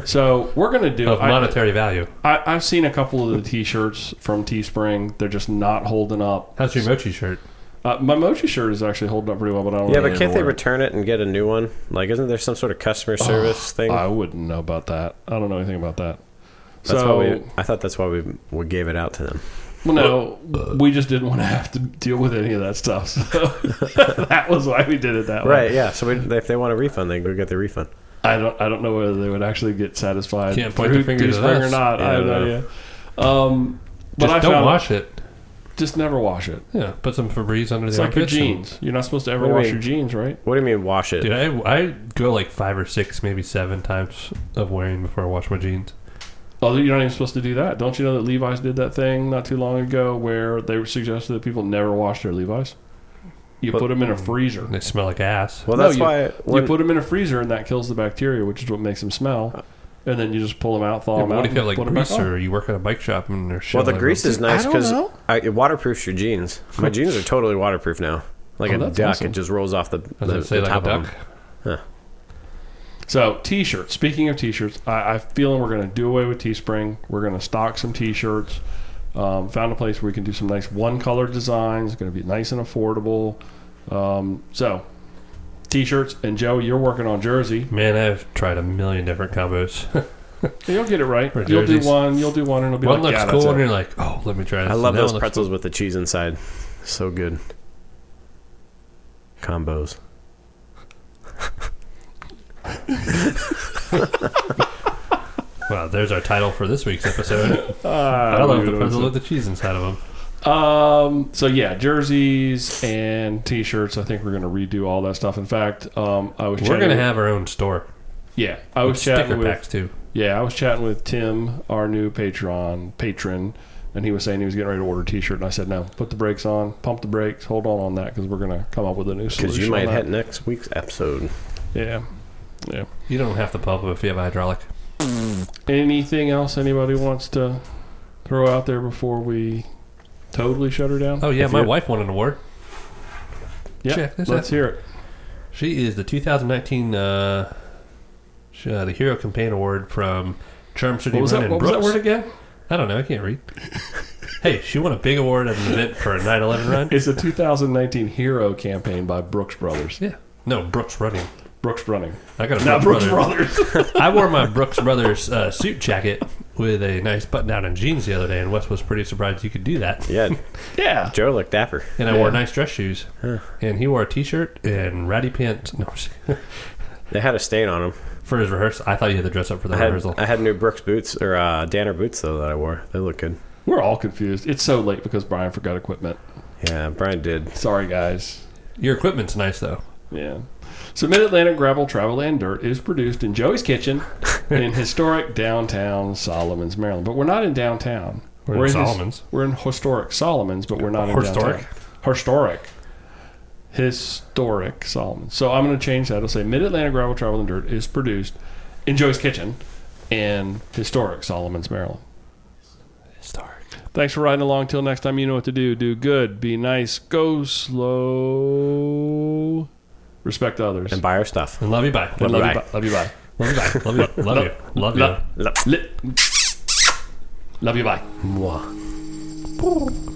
So we're gonna do
of
I-
monetary value.
I, I've seen a couple of the T-shirts from Teespring. They're just not holding up.
How's your mochi shirt?
Uh, my Mochi shirt is actually holding up pretty well, but I don't.
Yeah,
really
but can't they
wear it.
return it and get a new one? Like, isn't there some sort of customer service thing?
Oh, I wouldn't know about that. I don't know anything about that.
That's
so,
why we, I thought that's why we, we gave it out to them.
well, no, we just didn't want to have to deal with any of that stuff. So that was why we did it that way.
Right, yeah. So we, if they want a refund, they can go get the refund.
I don't. I don't know whether they would actually get satisfied.
Can't point
through
the finger at
Teespring or
us.
not. I
Yeah,
have no
no.
idea. Um, but
just
I
don't
found
wash it.
Just never wash it.
Yeah, put some Febreze under
It's
the
like your
armpits and-
jeans. You're not supposed to
What
ever
do you
wash
mean?
your jeans, right?
What do you mean wash it?
Dude, I, I go like five or six, maybe seven times of wearing before I wash my jeans.
Oh, you're not even supposed to do that. Don't you know that Levi's did that thing not too long ago where they suggested that people never wash their Levi's? You put 'em put them in
Mm.
a freezer.
They smell like ass.
well,
No,
that's
you-
why
you
when-
put them in a freezer and that kills the bacteria, which is what makes them smell. And then you just pull them out, thaw
Yeah,
them
but
out.
what if you have
and
like
put 'em back
grease
on.
or you work at a bike shop and there's shit
Well, the
all over
grease
them?
is nice
I don't
because
know.
it waterproofs your jeans. My jeans are totally waterproof now. Like
Oh,
a
that's
duck,
awesome.
it just rolls off the,
I was
the,
gonna say
the
like
top
a
of
duck.
them.
So, t-shirts. Speaking of t-shirts, I, I feel we're going to do away with Teespring. We're going to stock some t-shirts. Um, found a place where we can do some nice one-color designs. Going to be nice and affordable. Um, so, t-shirts. And Joe, you're working on jersey.
Man, I've tried a million different combos.
You'll get it right.
Or
You'll do
jerseys.
one. You'll do one, and it'll be
One
like,
looks
yeah,
cool,
that's
and
it.
you're like, oh, let me try this.
I love
and that
those
one looks
pretzels with the cheese inside. So good. Combos.
cool. Wow, there's our title for this week's episode.
Uh,
I love the
don't
pretzels
know.
with the cheese inside of them.
Um, so yeah, jerseys and T-shirts. I think we're gonna redo all that stuff. In fact, um, I was
We're
chatting
gonna
with-
have our own store.
yeah, I was
with sticker
chatting with
packs too.
yeah, I was chatting with Tim, our new Patreon patron, and he was saying he was getting ready to order a T-shirt, and I said, "No, put the brakes on, pump the brakes, hold on on that because we're gonna come up with a new solution."
Because you
on
might
that."
hit next week's episode.
yeah, yeah.
You don't have to pump it if you have a hydraulic.
Anything else anybody wants to throw out there before we totally shut her down?
Oh yeah,
If
my
you're-
wife won an award.
Yeah,
check this
let's
out.
hear it.
She is the 2019 uh, sh- uh, the Hero Campaign Award from Charm City
What was,
Run and
that, what was that
Brooks.
word again?
I don't know. I can't read. hey, she won a big award at an event for a 9/11 run.
It's the 2019 Hero campaign by Brooks Brothers.
Yeah. No, Brooks running.
Brooks Running.
I got a
Not Brooks
Brooks,
Brothers.
Brothers. I wore my Brooks Brothers uh, suit jacket with a nice button down and jeans the other day, and Wes was pretty surprised you could do that.
Yeah,
yeah.
Joe looked dapper.
And I
Yeah.
wore nice dress shoes, and he wore a T-shirt and ratty pants. No,
They had a stain on him.
for his rehearsal, I thought you had to dress up for the
I had,
rehearsal.
I had new Brooks boots or uh, Danner boots though that I wore. They look good.
We're all confused. It's so late because Brian forgot equipment.
Yeah, Brian did.
Sorry, guys.
Your equipment's nice though.
Yeah. So Mid Atlantic Gravel Travel and Dirt is produced in Joey's kitchen in historic downtown Solomons, Maryland. But we're not in downtown.
We're in
his-
Solomons.
we're in historic Solomons, but we're not in
Historic?
downtown. Historic. Historic Solomons. So I'm going to change that. I'll say Mid Atlantic Gravel Travel and Dirt is produced in Joey's kitchen in historic Solomons, Maryland.
Star.
Thanks for riding along. Till next time, you know what to do. Do good, be nice, go slow, respect others.
And buy our stuff.
And love you. Bye.
And
Love,
love,
Bye.
you, bye. love you,
you.
bye.
Bye. Love you. Love you. Love you.
Li- Love you, bye.
Mwah.